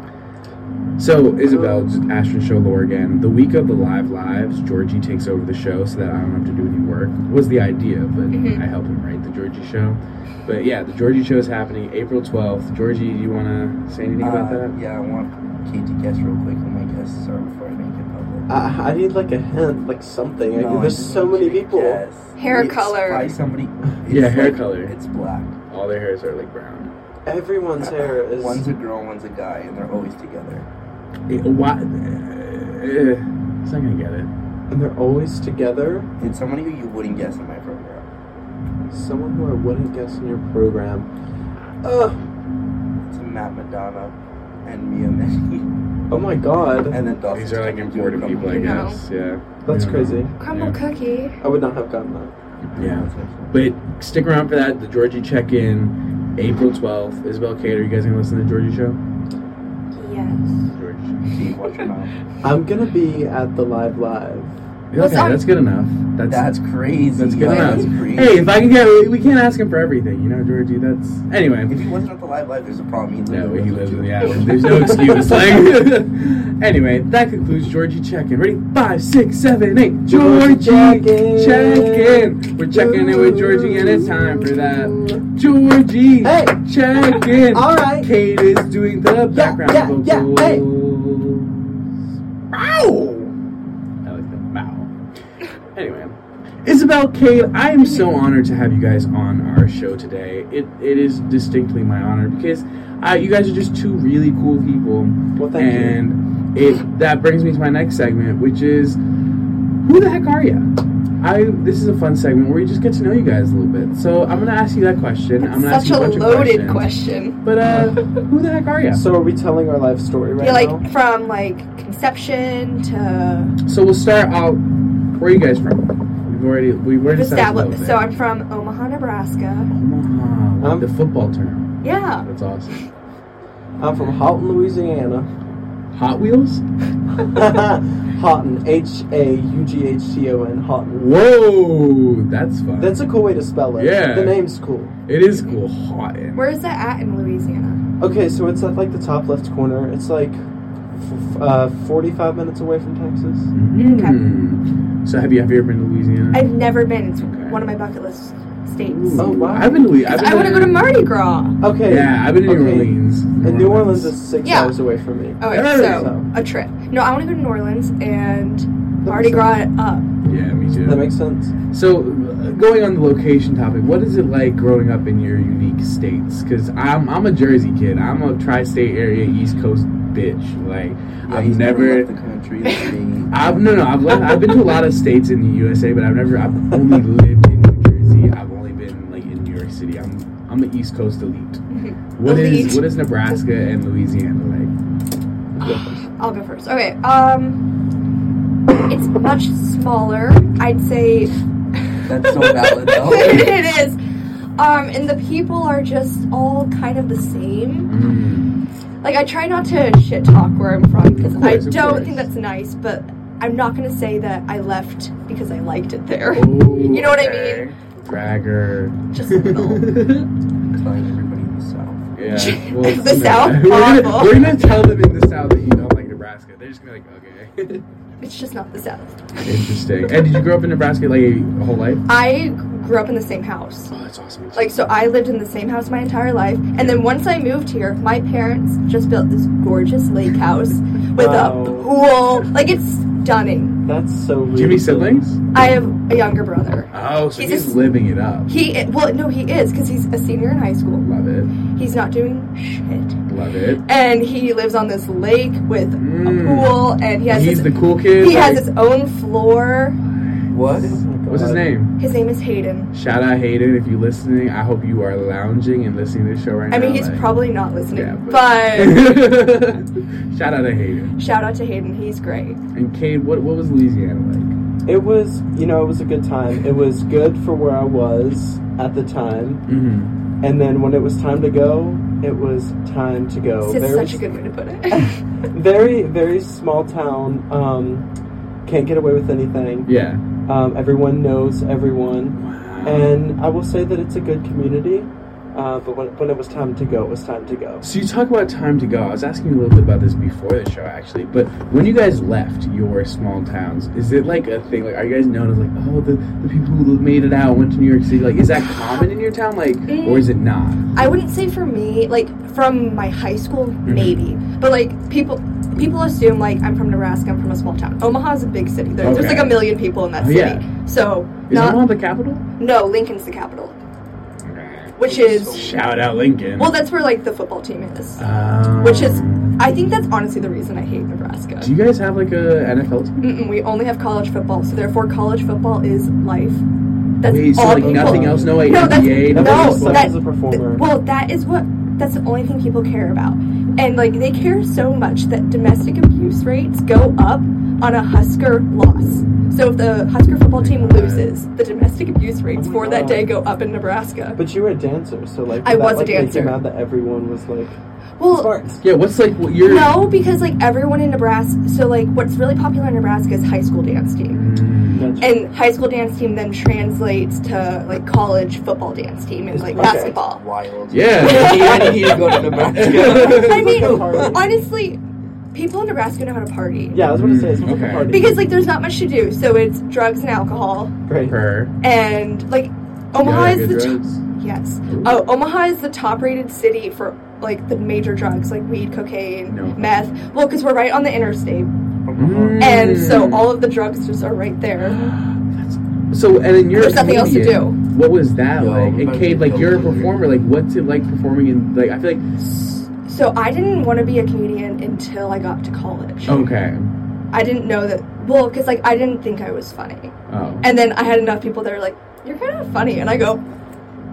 A: So Isabel, just Ashton show lore again. The week of the live lives, Georgie takes over the show so that I don't have to do any work. Was the idea, but
D: Mhm.
A: I helped him write the Georgie show. But yeah, the Georgie show is happening April twelfth. Georgie, do you want to say anything about
B: Uh,
A: that?
B: Yeah, I want Kate to guess real quick who my guests are before I make it public.
C: I, I need like a hint, like something.
B: No, I
C: There's
B: just
C: so
B: want
C: many
B: you to
C: people.
B: guess.
D: Hair
B: It's
D: color.
B: By somebody. it's
A: Yeah, hair
B: like-
A: color.
B: It's black.
A: All their hairs are like brown.
C: Everyone's hair is.
B: One's a girl, one's a guy, and they're always together.
A: It, why? Uh, he's not gonna get it.
C: and they're always together.
B: It's somebody who you wouldn't guess in my program.
C: Someone who I wouldn't guess in your program. Uh,
B: It's Matt Madonna and Mia Menny,
C: oh my god.
B: and then Dawson.
A: These are like important people, I
D: No.
A: guess. Yeah.
C: That's
A: Yeah.
C: crazy.
D: Crumble
A: Yeah.
D: cookie.
C: I would not have gotten that.
A: Yeah. But stick around for that. The Georgie check-in, April twelfth. Isabel, Kate, are you guys gonna listen to the Georgie show?
D: Yes.
A: Georgie. Show.
B: Watch your mouth.
C: I'm gonna be at the live live.
A: Okay,
D: What's up?
A: that's good enough. That's
B: That's crazy.
A: that's good
B: like,
A: enough.
B: That's crazy.
A: Hey, if I can get, we can't ask him for everything, you know, Georgie. That's anyway.
B: if he wasn't at the live live, there's a problem. He'd
A: No,
B: live
A: he
B: with
A: lives in
B: you.
A: the island. There's no excuse. Like, anyway, that concludes Georgie check-in. Ready? Five, six, seven, eight. Georgie
C: Georgie check-in.
A: check-in. We're checking in with Georgie, and it's time for that. Georgie
C: Hey.
A: check-in.
C: All right.
A: Kate is doing the background
C: yeah, yeah,
A: vocals.
C: hey.
A: Bow. I like that. Bow. Anyway, Isabel, Kate, I am so honored to have you guys on our show today. It it is distinctly my honor because uh, you guys are just two really cool people,
C: Well, thank you.
A: and it that brings me to my next segment, which is who the heck are you? I this is a fun segment where we just get to know you guys a little bit. So I'm gonna ask you that question. I'm gonna ask
D: Such
A: you
D: a
A: a bunch of
D: loaded
A: questions.
D: question.
A: But uh, who the heck are you?
C: So are we telling our life story right now?
D: You're like from like conception to
A: So we'll start out. Where are you guys from? We've already we've already
D: establishment. So
A: started
D: I'm from Omaha,
A: a
D: Nebraska.
A: little bit. Omaha, like
C: Um,
A: the football term.
D: Yeah.
A: That's awesome.
C: I'm from Houghton, Louisiana.
A: Hot Wheels.
C: Houghton, H A U G H T O N, Houghton.
A: Whoa, that's fun.
C: That's a cool way to spell it.
A: Yeah.
C: The name's cool.
A: it is cool. Hot. in-
D: Where is that at in Louisiana?
C: Okay, so it's at like the top left corner. It's like f- uh, 45 minutes away from Texas.
A: Mm. Hmm. So have you have you ever been to Louisiana?
D: I've never been. It's
A: Okay.
D: one of my bucket list states.
A: Ooh,
C: Oh, wow.
A: I've been to Louisiana.
D: I want to go to Mardi Gras.
C: Okay.
A: Yeah, I've been to New
C: Okay.
A: Orleans.
C: And New Orleans is six
D: Yeah.
C: hours away from me.
D: Okay,
A: Hey.
D: so a trip. No, I want to go to New Orleans and Mardi
C: sense.
D: Gras it up.
A: Yeah, me too.
C: That makes sense.
A: So, uh, going on the location topic, what is it like growing up in your unique states? Because I'm, I'm a Jersey kid. I'm a tri-state area East Coast bitch. Like
B: Yeah,
A: I've
B: he's
A: never,
B: left the country. the state.
A: I've no no. I've left, I've been to a lot of states in the USA, but I've never. I've only lived in New Jersey. I've only been like in New York City. I'm I'm an East Coast elite. What is
D: Elite.
A: what is Nebraska and Louisiana like?
D: uh, I'll go first. Okay. Um, it's much smaller. I'd say
B: That's so valid though.
D: it is. Um, and the people are just all kind of the same.
B: Mm.
D: Like I try not to shit talk where I'm from because
B: Of
D: I
B: course, of
D: don't
B: course.
D: think that's nice. But I'm not gonna say that I left because I liked it there.
A: You
D: know what I mean?
A: Bragger.
D: Just a little.
B: Telling everybody in the south.
A: Yeah. Well,
D: The
A: you know,
D: South?
A: We're gonna,
D: Awful.
A: we're gonna tell them in the South that you don't like Nebraska. They're just gonna be like, okay.
D: it's just not the South.
A: Interesting. And did you grow up in Nebraska like your whole life?
D: I grew up in the same house.
A: Oh, that's awesome.
D: Like so, I lived in the same house my entire life, and then once I moved here, my parents just built this gorgeous lake house with
C: Wow.
D: a pool. Like it's stunning.
C: That's so weird.
A: Do you have any siblings?
D: I have a younger brother.
A: Oh, so
D: He's
A: he's,
D: a s-
A: living it up.
D: He i- well, no, he is because he's a senior in high school.
A: Love it.
D: He's not doing shit,
A: Love it.
D: and he lives on this lake with
A: Mm.
D: a pool, and he has
A: he's
D: his,
A: the cool kid.
D: he has
A: like-
D: his own floor.
B: What?
C: Oh
A: What's his name?
D: His name is Hayden.
A: Shout out Hayden if you're listening. I hope you are lounging and listening to the show right now.
D: I mean, he's
A: like-
D: probably not listening,
A: Yeah,
D: but
A: Shout out to Hayden.
D: shout out to Hayden. He's great.
A: And Cade, what what was Louisiana
C: It was, you know, it was a good time. It was good for where I was at the time,
A: like? Mm-hmm.
C: and then when it was time to go, it was time to
A: Oh,
C: go.
D: It's
C: Very,
D: such a good way to put it.
C: very, very small town. Um, can't get away with anything.
A: Yeah.
C: Um, everyone knows everyone, and I will say that it's a good community. Uh, but when, when it was time to go, it was time to go.
A: So you talk about time to go. I was asking you a little bit about this before the show, actually. But when you guys left your small towns, is it like a thing? Like, are you guys known as like, oh, the, the people who made it out went to New York City? Like, is that common in your town? Like, or is it not?
D: I wouldn't say for me, like from my high school,
A: Mm-hmm.
D: maybe, but like people. People assume like I'm from Nebraska. I'm from a small town. Omaha's a big city. There, There's
A: Okay.
D: like a million people in that
A: Oh,
D: city.
A: yeah.
D: So
A: Is
D: not
A: Omaha the capital?
D: No, Lincoln's the capital, which is
A: Shout out Lincoln.
D: well, that's where like the football team is.
A: Um,
D: Which is, I think that's honestly the reason I hate Nebraska.
A: Do you guys have like a NFL team?
D: Mm-mm, we only have college football, so therefore college football is life. That's
A: Wait, so
D: all
A: like
D: people.
A: nothing else? No, like
D: No, that's-
A: NBA,
D: no,
A: nothing
C: Sucks
A: else?
D: that-
C: as a performer.
D: Th- well, that is what. That's the only thing people care about, and like they care so much that domestic abuse rates go up on a Husker loss. So if the Husker football team loses, the domestic abuse rates
C: Oh my
D: for that
C: God.
D: day go up in Nebraska.
C: But you were a dancer, so like
D: I
C: that,
D: was a
C: like,
D: dancer.
C: Make you mad that everyone was like
D: well,
C: sparks.
A: Yeah, what's like what your
D: No, because like everyone in Nebraska, so like what's really popular in Nebraska is high school dance team, and high school dance team then translates to like college football dance team and like
B: Okay.
D: basketball.
B: Wild.
A: Yeah.
B: I need to go to Nebraska.
D: I mean,
C: Like a party.
D: honestly, people in Nebraska know how to party
C: Yeah, I was gonna say it's like
A: Okay.
C: a party.
D: because like there's not much to do, so it's drugs and alcohol,
C: Great.
A: Her.
D: and like Omaha
A: Yeah,
D: is
A: good
D: the top,
A: roads.
D: yes, oh Omaha is the top rated city for like the major drugs like weed, cocaine,
A: No.
D: meth. Well, because we're right on the interstate.
A: Mm.
D: and so all of the drugs just are right there.
A: So and then you're
D: There's
A: a
D: nothing else to
A: comedian. What was that
B: Yo,
A: like?
B: I'm
A: And
B: about
A: Cade,
B: to
A: like
B: go
A: you're a
B: over here.
A: performer. Like, what's it like performing in? Like, I feel like
D: So I didn't want to be a comedian until I got to college.
A: okay.
D: I didn't know that. Well, because like I didn't think I was funny,
A: Oh,
D: and then I had enough people that were like, "You're kind of funny," and I go,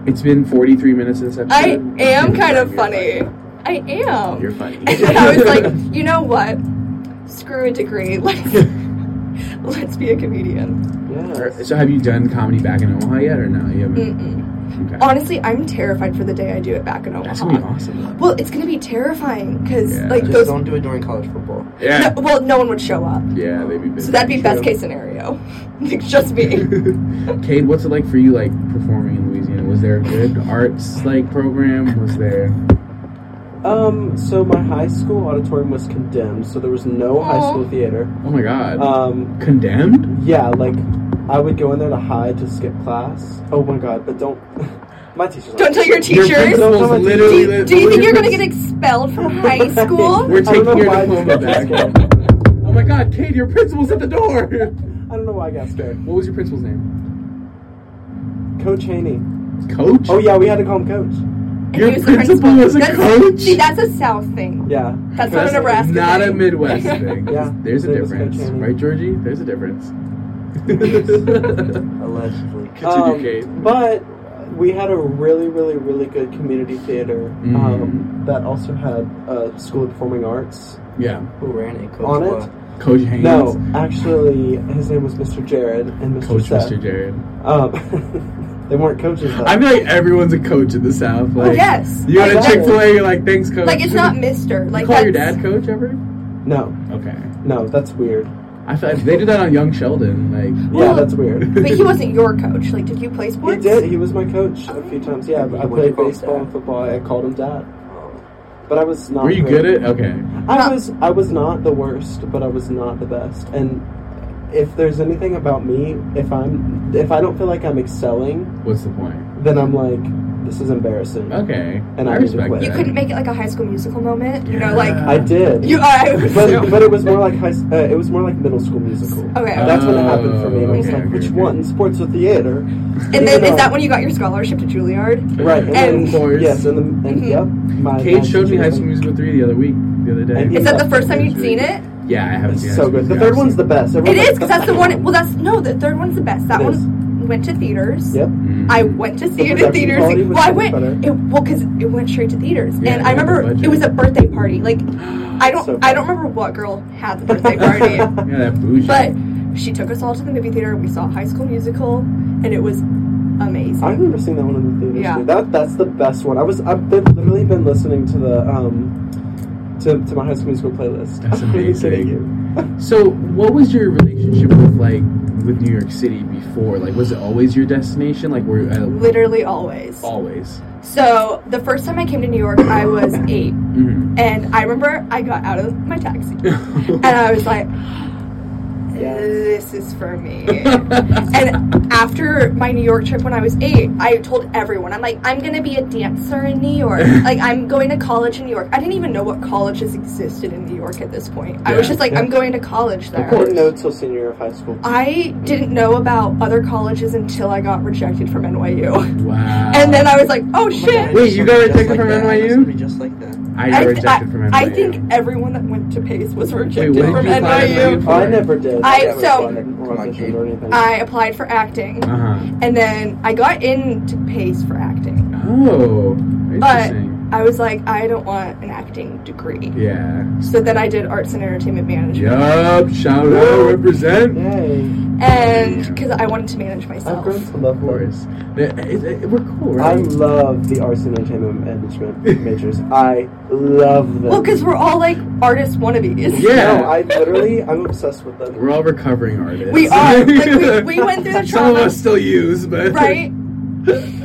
A: it's been 43 minutes since episode.
D: "I am
A: You're
D: kind of
A: you're
D: funny. I am."
A: You're funny.
D: and then I was like, "You know what? Screw a degree. Let's let's be a comedian."
C: Yeah.
A: so have you done comedy back in Omaha yet, or no? You haven't.
D: Mm-mm.
A: Okay.
D: Honestly, I'm terrified for the day I do it back in Mm, Omaha.
A: That's gonna be awesome. though.
D: Well, it's gonna be terrifying because
A: Yeah.
D: like
B: Just
D: those.
B: don't do it during college football.
A: Yeah.
D: No, well, no one would show up.
A: Yeah, they'd be busy.
D: So that'd be best case scenario. It's just me.
A: Cade, what's it like for you, like performing in Louisiana? Was there a good arts like program? Was there?
C: Um. So my high school auditorium was condemned, so there was no high
D: Aw.
C: school theater.
A: Oh my God.
C: Um.
A: Condemned?
C: Yeah. Like, I would go in there to hide to skip class. Oh my god! But don't. my teachers.
D: Don't tell your
A: Your
D: teachers.
A: principal's
C: Do you-
D: Do
A: literally.
D: you, do you think you're gonna get expelled from high school?
A: We're
C: I don't know
A: taking your
C: why I
A: diploma
C: got
A: back.
C: scared.
A: Oh my God, Cade, your principal's at the door.
C: I don't know why I got scared.
A: What was your principal's name?
C: Coach Haney.
A: Coach.
C: Oh yeah, we had to call him Coach.
D: And
A: Your
D: he was the
A: principal was a
D: that's,
A: coach?
D: See, that's a South thing.
C: Yeah.
D: That's not a
A: That's
D: Nebraska
A: Not
D: thing.
A: a Midwest thing.
C: Yeah.
A: There's a
C: There was
A: difference,
C: Coach Haney.
A: right, Georgie? There's a difference.
B: Allegedly.
A: Continue,
C: Um,
A: Cade.
C: But we had a really, really, really good community theater um, that also had uh, School of Performing Arts
A: Yeah.
B: Who ran it? Coach
C: on it.
B: Bud.
A: Coach Haynes.
C: No, actually, his name was Mr. Jared and Mr.
A: Coach
C: Seth.
A: Mr. Jared.
C: Um, they weren't coaches though.
A: I feel like everyone's a coach in the South. Like,
D: Oh, yes.
A: You go to
C: Exactly.
A: Chick Fil A, you're like, thanks, coach.
D: Like it's
A: You
D: not Mister. Like
A: call your
D: that's-
A: dad coach ever?
C: no,
A: Okay.
C: no, that's weird.
A: I feel like they did that on Young Sheldon. Like,
C: Yeah,
D: Well-
C: that's weird.
D: But he wasn't your coach. Like, did you play
C: He
D: sports?
C: did. He was my coach a few times. Yeah,
B: He
C: I
B: wouldn't
C: played
B: call him
C: baseball
B: dad.
C: and football. I called him dad,
B: Oh.
C: but I was not.
A: were you
C: great.
A: good at? Okay.
C: I
D: Huh.
C: was I was not the worst, but I was not the best. And if there's anything about me, if I'm if I don't feel like I'm excelling,
A: What's the point?
C: then I'm like, this is embarrassing.
A: Okay.
C: And
A: I,
C: I need to
A: respect
C: quit.
A: that.
D: You couldn't make it like a High School Musical moment. You know, like
A: Yeah.
C: I did.
D: you. I was,
C: but, but it was more like high, s- uh, it was more like middle school musical.
D: okay.
C: That's when it happened for me. and I was
A: Okay,
C: like,
A: okay,
C: which
A: okay.
C: one? Sports or theater?
D: and then is that when you got your scholarship to Juilliard?
C: Right. And,
D: And-
C: then,
A: Of course.
C: Yes. And, the, and
D: Mhm.
C: yep. My my
A: Kate showed me High School
C: teacher-
A: Musical three the other week, the other
C: And
A: day.
C: he-
D: Is that the
C: Yeah.
D: first time you've seen it?
A: Yeah, I haven't seen.
C: It's
A: High
C: so
A: School
C: good. The
A: Musical.
C: third one's the best.
D: It
C: Everyone's
D: is
C: like,
D: because that's the one. Well, that's no. The third one's the best. That
C: It is.
D: one went to theaters.
C: Yep.
A: Mm.
D: I went to see
C: The
D: it in
C: production
D: theaters.
C: quality was
D: Well, I
C: so much
D: went.
C: better.
D: It, well, because it went straight to theaters,
A: Yeah,
D: and
A: yeah,
D: I
A: the
D: remember
A: budget.
D: it was a birthday party. Like, I don't,
C: So
D: I don't remember what girl had the birthday party,
A: Yeah, that bougie.
D: but she took us all to the movie theater. We saw High School Musical, and it was amazing.
C: I remember seeing that one in the theaters.
D: Yeah.
C: too. That that's the best one. I was I've been, literally been listening to the um to, to my High School Musical playlist.
A: That's
C: I'm really kidding
A: amazing.
C: you.
A: so, what was your relationship with like with New York City before? Like, was it always your destination? Like, were you uh,
D: Literally always.
A: always?
D: So the first time I came to New York, I was eight,
A: Mhm.
D: and I remember I got out of my taxi, and I was like, "This is for me." and after my New York trip when I was eight, I told everyone, I'm like, I'm gonna be a dancer in New York. like, I'm going to college in New York. I didn't even know what colleges existed in New York at this point. I was
A: Yeah,
D: just like,
C: yeah.
D: I'm going to college
C: I
D: there.
C: didn't know till senior year of high school.
D: I didn't know about other colleges until I got rejected from NYU.
A: wow.
D: And then I was like,
B: Oh
D: oh
B: my God,
D: shit.
A: Wait, you got rejected
B: somebody just like
A: from
B: that.
A: NYU?
B: Somebody just like that.
A: I
D: I,
A: got
D: th-
A: rejected from NYU.
D: I, I think everyone that went to Pace was rejected
A: what did
D: from
A: you apply to
D: NYU.
A: NYU?
C: Oh, I never did.
D: I-
C: never
D: so-
C: auditioned or
B: Come on,
C: auditioned
B: Kate.
C: or anything.
D: I applied for acting,
A: Uh huh.
D: and then I got into Pace for acting.
A: Oh,
D: But
A: interesting.
D: I was like, I don't want an acting degree.
A: yeah.
D: So then I did arts and entertainment management,
A: Yup. Shout out.
C: Woo.
A: Represent.
C: Yay!
D: and because I wanted to manage myself.
C: I've grown to love
A: Of
C: them.
A: course. It- it- it- we're cool,
C: I
A: right?
C: love the arts and entertainment management majors. I love them.
D: Well, because we're all like artist wannabes.
A: Yeah.
C: no, I literally I'm obsessed with them.
A: we're all recovering artists.
D: We are. Like, we, we went through
A: Some
D: the
A: of
D: trauma,
A: us still use, but
D: right?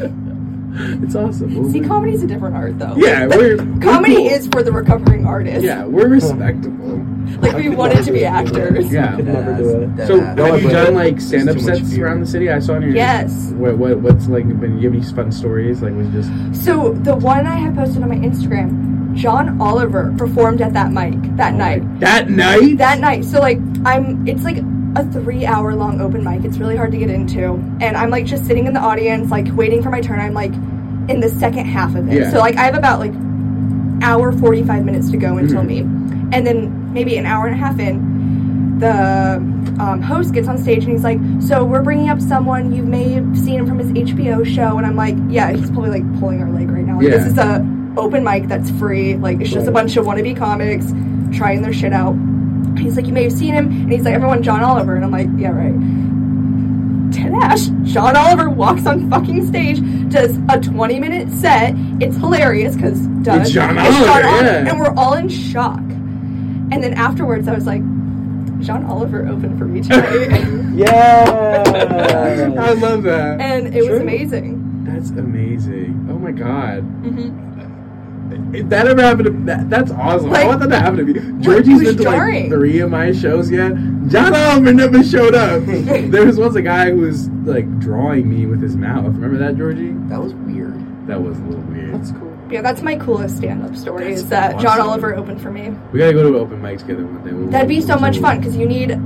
A: it's awesome. Well,
D: See,
A: we-
D: comedy's a different art, though.
A: Yeah, we're
D: Comedy
A: we're cool.
D: is for the recovering artist.
A: Yeah, we're respectable.
D: Like, we wanted to be actors.
A: Yeah.
C: Could never
B: Deadass,
C: do it.
B: deadass.
A: So
C: No,
A: have you
C: but
A: done like stand up
B: too much
A: sets
B: fear.
A: around the city? I saw on your
D: Yes.
A: What, what what's like been? You have any fun stories? Like was just
D: So the one I had posted on my Instagram, John Oliver performed at that mic that night.
A: that night
D: That night. So like I'm it's like a three hour long open mic. It's really hard to get into. And I'm like just sitting in the audience, like waiting for my turn. I'm like in the second half of it.
A: Yeah.
D: So like I have about like hour forty five minutes to go until
A: Mhm.
D: me. And then maybe an hour and a half in, the um, host gets on stage and he's like, "So we're bringing up someone you may have seen him from his HBO show," and I'm like, "Yeah, he's probably like pulling our leg right now. Like,
A: Yeah.
D: This is a open mic that's free. Like it's just a
C: Right.
D: bunch of wannabe comics trying their shit out." He's like, "You may have seen him," and he's like, "Everyone, John Oliver," and I'm like, "Yeah, right." Tanash, John Oliver walks on fucking stage, does a 20 minute set. It's hilarious because
A: It's John
D: John
A: Oliver,
D: Oliver,
A: yeah.
D: and we're all in shock. And then afterwards, I was like, John Oliver opened for me tonight,
C: Yeah.
A: I love that.
D: and it
C: True.
D: was amazing.
A: That's amazing. Oh my god.
D: hmm
A: If that ever happened to that, that's awesome. I
D: Like-
A: want that to happen to me. Georgie's
D: was
A: been to like
D: jarring.
A: three of my shows yet. John Oliver never showed up. there was once a guy who was like drawing me with his mouth. Remember that, Georgie?
B: That was weird.
A: That was a little weird.
C: That's cool.
D: Yeah, that's my coolest stand up story
A: That's
D: is that John
A: awesome.
D: Oliver opened for me.
A: We gotta go to an open mic together one day. We'll-
D: That'd be
A: we'll-
D: so much
A: we'll-
D: fun because you need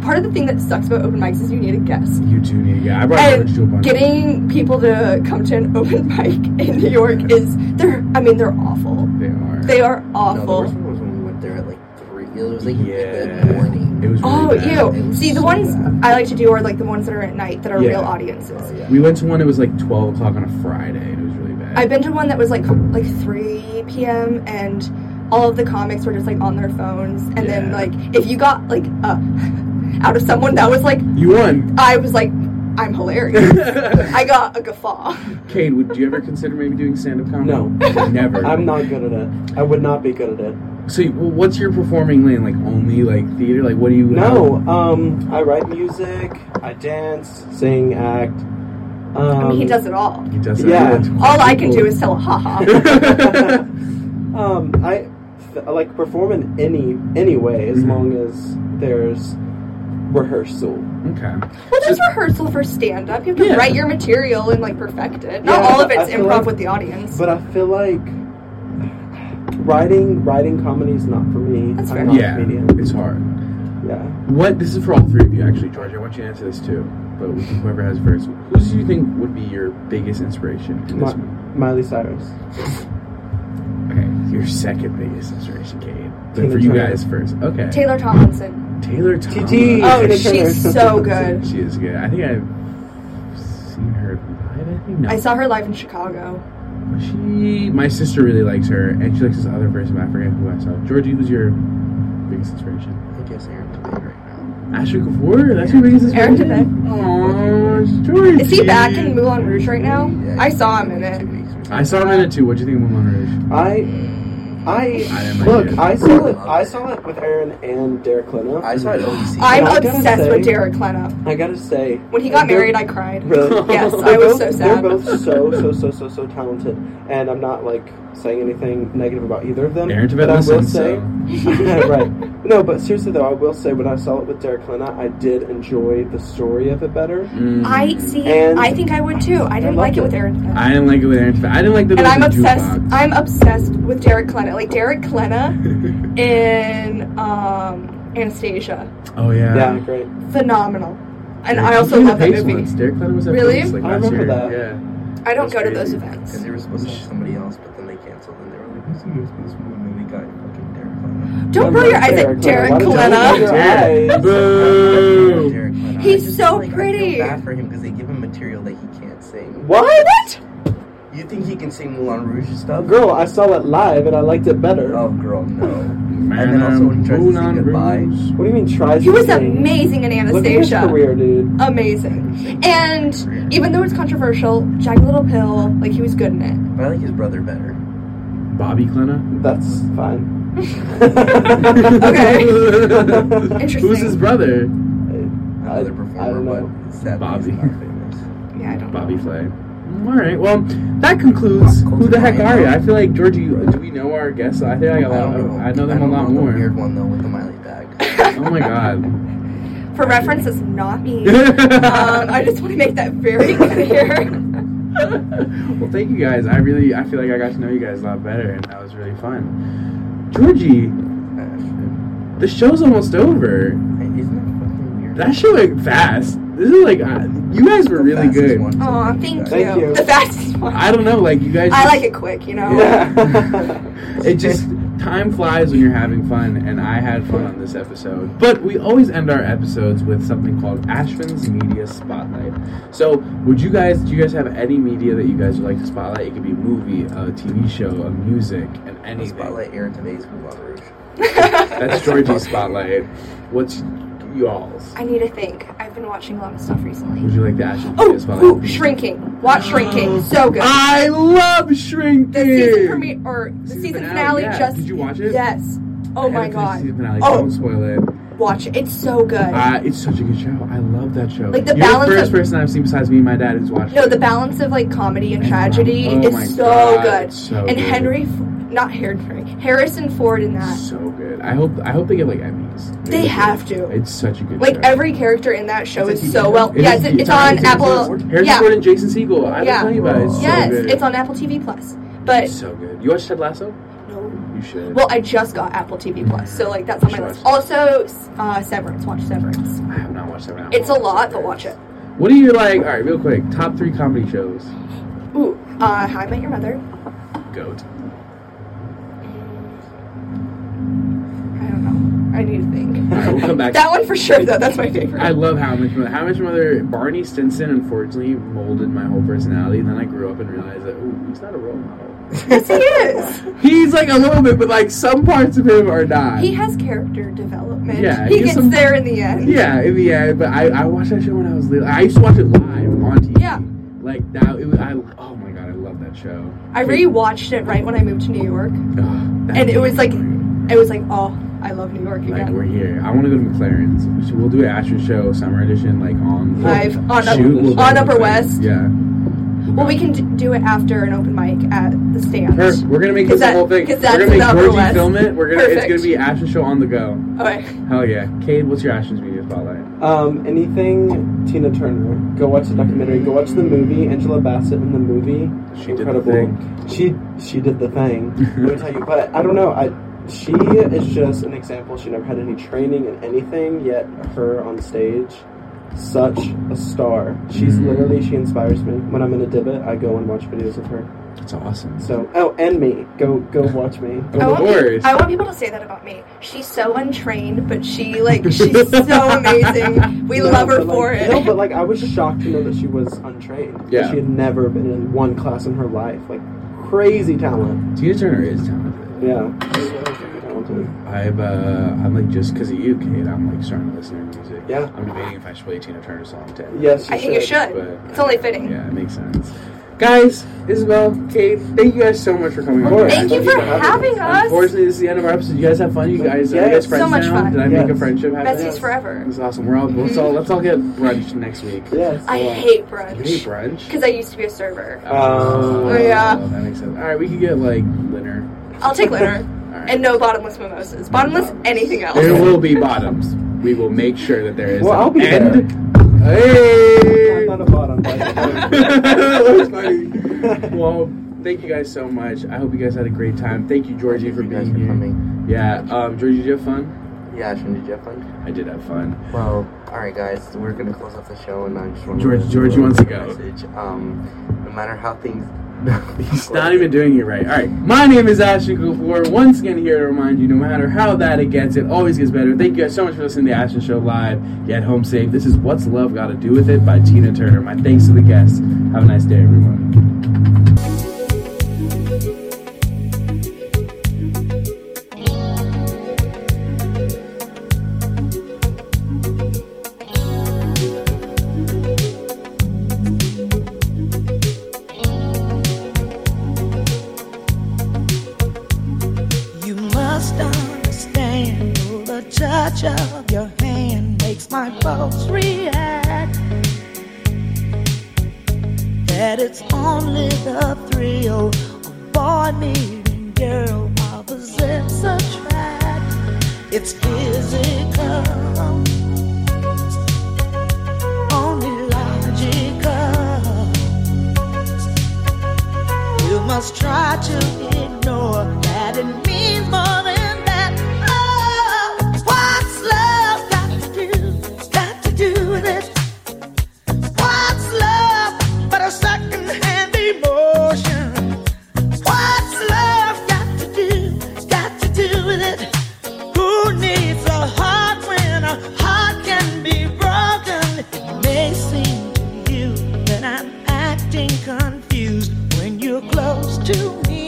D: part of the thing that sucks about open mics is you need a guest.
A: You do need yeah. I brought
D: And
A: George to a bunch. of-
D: getting people to come to an open mic in New York is they're I mean they're awful.
A: they are.
D: They are
B: No, the
D: awful.
B: worst one was when we went there at like three
F: It was like in
A: Yeah.
F: the morning.
A: It was really
D: Oh,
A: bad.
D: ew. See, the ones I like to do are like the ones that are at night that are
A: Yeah.
D: real
F: Oh,
D: audiences.
F: yeah.
A: We went to one. It was like twelve o'clock on a Friday. and It was really bad.
D: I've been to one that was like like 3 p.m. and all of the comics were just like on their phones, and then
A: Yeah.
D: like if you got like uh, out of someone that was like
A: you won.
D: I was like I'm hilarious. I got a guffaw.
A: Kate, would you ever consider maybe doing stand-up comedy?
C: No.
A: never.
C: I'm not good at it. I would not be good at it.
A: So, you- well, what's your performing lane? Like only like theater? Like what do you?
C: No, um, I write music, I dance, sing, act. Um,
D: I mean, he does it all.
A: He does.
C: Yeah.
D: All I can do is tell a ha ha.
C: um, I f- I like perform in any any way as
A: Mhm.
C: long as there's rehearsal.
A: okay.
D: Well, that's rehearsal for stand up. You have to
A: Yeah.
D: write your material and like perfect it. Not
C: Yeah,
D: all of
C: but
D: it's
C: I feel
D: improv
C: like-
D: with the audience.
C: But I feel like writing writing comedy is not for me.
D: That's
C: I'm
D: fair.
C: not
A: Yeah,
C: a comedian.
A: it's hard.
C: Yeah.
A: What? This is for all three of you, actually, George. I want you to answer this too. But whoever has first, who do you think would be your biggest inspiration in this?
C: Mi- Miley Cyrus.
A: Okay, your second biggest inspiration, Kate. But
C: Taylor
A: for you
C: Turner.
A: guys first. Okay.
D: Taylor Tomlinson.
A: Taylor Thomas.
C: TT.
D: Oh,
C: Taylor
D: she's
C: Turner.
D: so good.
A: She is good. I think I've seen her live. I think no.
D: I saw her live in Chicago.
A: She, my sister really likes her, and she likes this other person. but I forget who I saw. Georgie, who's your biggest inspiration?
F: I guess Aaron Tveit right now.
A: Ashley Kapoor. That's your biggest
D: Aaron
A: inspiration. Aww, Georgie.
D: Is he back in Moulin Rouge right now?
F: Yeah,
D: I
F: he's
D: saw
F: been
D: him in
F: like two
D: it.
F: weeks or
A: I saw him in it too. What do you think of Moulin Rouge?
C: I
A: I
C: I
A: am a
C: look.
A: dude.
C: I saw it. I saw it with Aaron and Derek Leno.
F: I saw it at OEC.
D: I'm
C: I gotta
D: obsessed
C: say-
D: with Derek Leno.
C: I gotta say,
D: When he got
C: they're-
D: married, I cried.
C: Really?
D: Yes,
C: They're
D: I
C: both-
D: was so sad.
C: They're both so so so so so talented, and I'm not like saying anything negative about either of them.
A: Aaron Tveit
C: but I will
A: listens,
C: say,
A: so.
C: Yeah, right? No, but seriously though, I will say when I saw it with Derek Lena, I did enjoy the story of it better.
A: Mm.
D: I see.
C: And-
D: I think I would too. I didn't
C: I
D: like
C: loved
D: it with
C: it.
D: Aaron. Tveit.
A: I didn't like it with Aaron Tveit. I didn't like that. it
D: and
A: was
D: I'm
A: a
D: obsessed.
A: Jukebox.
D: I'm obsessed with Derek Klena. Like Derek Klena in um, Anastasia,
A: oh yeah.
C: Yeah, great.
D: phenomenal. And
A: Yeah,
D: I
A: he
D: also
A: came to
D: love that
A: Pace
D: movie.
A: once. Derek Leno was at
D: Really?
A: Pace, like,
C: I
A: last
C: remember
A: year.
C: that.
A: Yeah.
D: I don't go to
A: That's
D: those
A: crazy.
D: events.
F: Because they were supposed to have somebody else, but then they canceled, and they were like, "Who's the most possible?" And then we got fucking Derek Leno.
D: Don't roll your eyes at Derek
C: Derek Leno. Why don't you roll your
D: Klena.
C: eyes?
A: Yeah.
F: Derek
A: Boo.
F: Leno. I
D: He's
F: just
D: so
F: feel like I
D: pretty.
F: feel bad for him because they give him material that he can't sing.
C: What?
F: You think he can sing Moulin Rouge and stuff?
C: Girl, I saw it live and I liked it better.
F: Oh, girl, no.
A: Man,
F: then also when he tries to say
A: Moulin
F: goodbye.
A: Rouge.
C: What do you mean tries?
D: He
C: to
D: was
C: sing?
D: amazing in
C: Look at his
D: Anastasia.
C: career, dude.
D: Amazing. And even though it's controversial, Jagged Little Pill, like he was good in it.
F: But I like his brother better.
A: Bobby Klena.
C: That's fine.
D: Okay.
A: Who's his brother?
F: Another
C: I
F: performer,
C: don't know.
F: but it's sad
A: Bobby.
F: he's not famous.
D: Yeah, I don't. know.
A: Bobby Flay. All right. Well, that concludes who the heck are you. I feel like Georgie. Do we know our guests? I think I got a
F: I
A: lot.
F: don't know.
A: I know them a
F: don't
A: lot
F: know
A: more.
F: The weird one though with the Miley bag. Ah,
A: Oh my god.
D: For reference, it's not me. um, I just want to make that very clear.
A: well, thank you guys. I really, I feel like I got to know you guys a lot better, and that was really fun. Georgie,
F: Ashton.
A: the show's almost over.
F: Hey, Isn't that fucking weird?
A: That show went fast. This is like, uh, you guys were really
F: Fastest
A: good.
F: one.
D: Aw, thank,
C: Thank
D: you.
C: you.
D: The fastest one.
A: I don't know, like you guys.
D: I
A: just-
D: like it quick, you know.
C: Yeah.
A: It just time flies when you're having fun, and I had fun on this episode. But we always end our episodes with something called Ashvin's Media Spotlight. So, would you guys? Do you guys have any media that you guys would like to spotlight? It could be a movie, a TV show, a music, and
F: Let's
A: anything.
F: Spotlight Aaron Tveit Moulin Rouge.
A: That's Georgie's spotlight. What's y'all's?
D: I need to think. I've been watching a lot of stuff recently.
A: Would you like the Ashvin's
D: Oh,
A: Media Spotlight?
D: ooh, shrinking. Watch shrinking. So good.
C: Ah,
A: I love shrinking.
D: the season premiere or the season, finale,
A: Mm. yeah.
D: just
A: Did you watch it?
D: yes.
A: I
D: Oh my
A: haven't finished the
D: god,
A: Season finale.
D: Oh.
A: Don't spoil it.
D: watch it. It's so good.
A: Uh, it's such a good show. I love that show.
D: Like, the
A: You're
D: balance
A: the first
D: of-
A: person I've seen besides me and my dad who's watched.
D: no,
A: it.
D: the balance of like comedy and tragedy
A: Oh my
D: is so
A: God,
D: good.
A: it's so
D: and
A: good.
D: Henry, F- not Henry, Harrison Ford in that.
A: so good. I hope I hope they get like Emmys.
D: They have to.
A: It's such a good.
D: like
A: show.
D: every character in that show
F: It's a
D: is
F: TV
D: so
F: show?
D: well.
A: It
D: yeah,
A: is
D: it's,
A: huge.
D: it's on
A: Harrison Ford-
D: Apple.
A: Harrison
D: yeah.
A: Ford and Jason Segel. I was
D: Yeah.
A: telling you about. it. It's
D: yes,
A: so good.
D: it's on Apple TV Plus. But
A: It's so good. You watched Ted Lasso?
D: no.
A: You should.
D: Well, I just got Apple TV Plus, so like that's on my
A: Sure.
D: list. Also, uh, Severance. Watch Severance.
A: I have not watched that one. I
D: It's a
A: want to.
D: lot, but watch it.
A: What are you like? All right, real quick. Top three comedy shows.
D: Ooh, uh, How I Met Your Mother.
A: Goat.
D: I don't know.
A: we'll come back.
D: That one for sure, though. That's my favorite.
A: I love How I Met Your Mother. How I Met Your Mother, Barney Stinson, unfortunately, molded my whole personality. And then I grew up and realized that, ooh, he's not a role model.
D: yes, he is.
A: He's like a little bit, but like some parts of him are not.
D: He has character development.
A: Yeah,
D: he
A: he's
D: gets
A: some-
D: there in the end.
A: yeah, in the end. But I, I watched that show when I was little. I used to watch it live on TV.
D: Yeah.
A: Like that, it was, I, oh my god, I love that show.
D: I rewatched it right when I moved to New York,
A: Ugh, that
D: and it was like,
A: show.
D: it was like, oh, I love New York
A: Like we're
D: again.
A: here. I want to go to McLaren's. We should- We'll do an Asher show summer edition, like on
D: Live on up-
A: Shoot, we'll go
D: on
A: to
D: Upper
A: McLaren's.
D: West.
A: Yeah.
D: Well, we can d- do it after an open mic at the stand.
A: Perfect. We're gonna make this
D: Cause
A: a
D: that-
A: whole thing. We're
D: cause that's
A: gonna make
D: the Upper
A: Georgie
D: West.
A: film it. We're gonna. It's
D: Perfect.
A: gonna be Ashton show on the go.
D: Okay.
A: Hell yeah. Cade, what's your Ashton's media spotlight?
C: Um, anything Tina Turner. Go watch the documentary. Go watch the movie. Angela Bassett in the movie.
A: She did the
C: Incredible.
A: thing.
C: She she did the thing. Let me tell you. But I don't know. I she is just an example. She never had any training in anything. Yet her on stage, such a star. She's
A: Mm.
C: literally she inspires me. When I'm in a divot, I go and watch videos of her.
A: That's awesome.
C: So oh, and me. Go go watch me.
A: Oh, Of
D: I want,
A: course.
D: pe- I want people to say that about me. She's so untrained, but she like she's so amazing. We
C: No,
D: love her
C: but, like-
D: for it.
C: No, but like I was shocked to know that she was untrained.
A: Yeah.
C: She had never been in one class in her life. Like crazy talent.
A: Tina Turner is talented.
C: Yeah. She's really freaking talented.
A: I've uh, I'm like just because of you, Cade. I'm like starting to listen to her music.
C: Yeah.
A: I'm debating if I should play a Tina Turner song today.
C: Yes,
D: I think you should.
A: But- uh,
D: It's only fitting.
A: Yeah, it makes sense. Guys, Isabel, Kate, thank you guys so much for coming
C: Of
A: on.
C: course.
D: Thank you for having us.
A: Unfortunately, this is the end of our episode. You guys have fun. You guys, are you guys
C: Yes.
A: friends
D: So much
A: now?
D: fun.
A: Did I make a
C: Yes.
A: friendship happen?
D: Besties forever.
A: This is awesome. We're all,
D: Mm-hmm.
A: let's all let's all get brunch next week.
C: Yes.
D: I hate
A: You hate
D: brunch
A: brunch?
D: because I used to be a server.
C: Oh.
D: Um, Oh, yeah.
A: that makes sense. All right, we could get like dinner.
D: I'll take dinner
A: All right.
D: and no bottomless mimosas. Bottomless anything else.
A: There will be bottoms. We will make sure that there is.
C: Well,
A: an
C: I'll be there.
A: end.
C: I'm
A: Hey.
C: not a bottom. but-
A: that was funny. Well, thank you guys so much. I hope you guys had a great time. Thank you, Georgie,
F: Thank
A: for
F: you guys
A: being
F: for
A: here.
F: coming.
A: Yeah, um, Georgie, did you have fun?
F: Yeah, Ashton, did you have fun?
A: I did have fun.
F: Well, all right, guys, we're gonna close off the show, and I just want
A: George-
F: to
A: George wants to go.
F: Message. Um, no matter how things.
A: He's not even doing it right. All right, my name is Ashton Kapoor. Once again, here to remind you, no matter how bad it gets, it always gets better. Thank you guys so much for listening to the Ashton Show live. Get home safe. This is "What's Love Got to Do with It" by Tina Turner. My thanks to the guests. Have a nice day, everyone.
G: You must understand the touch of your hand makes my pulse react. That it's only the thrill of boy meeting girl opposites attract. It's physical, only logical. You must try to ignore that it means more than that. Oh, what's love got to do? Got to do with it. What's love but a second-hand emotion? What's love got to do? Got to do with it. Who needs a heart when a heart can be broken? It may seem to you that I'm acting confused when you're close to me.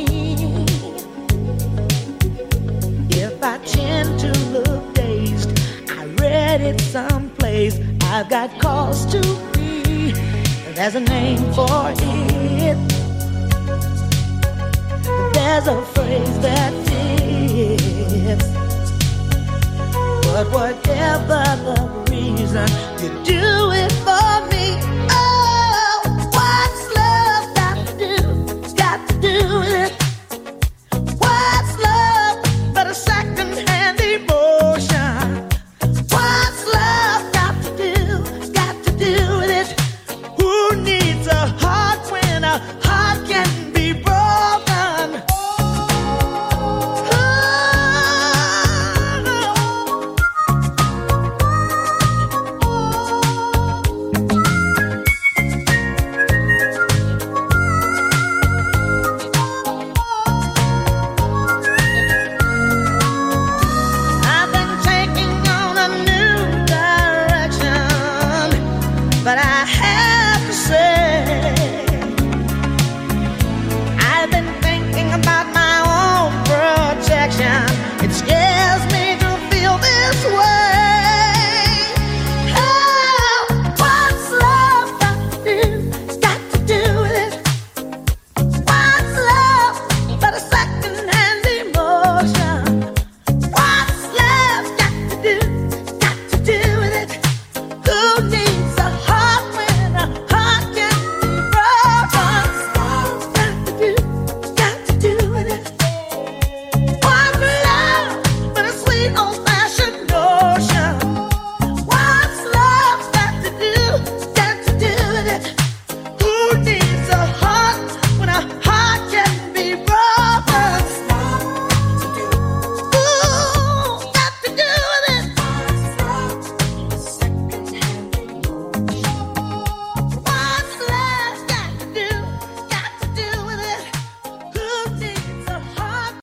G: If I tend to look dazed, I read it someplace. I've got cause to be. There's a name for it. There's a phrase that fits. But whatever the reason, you do it for me. Oh, Oh, Oh,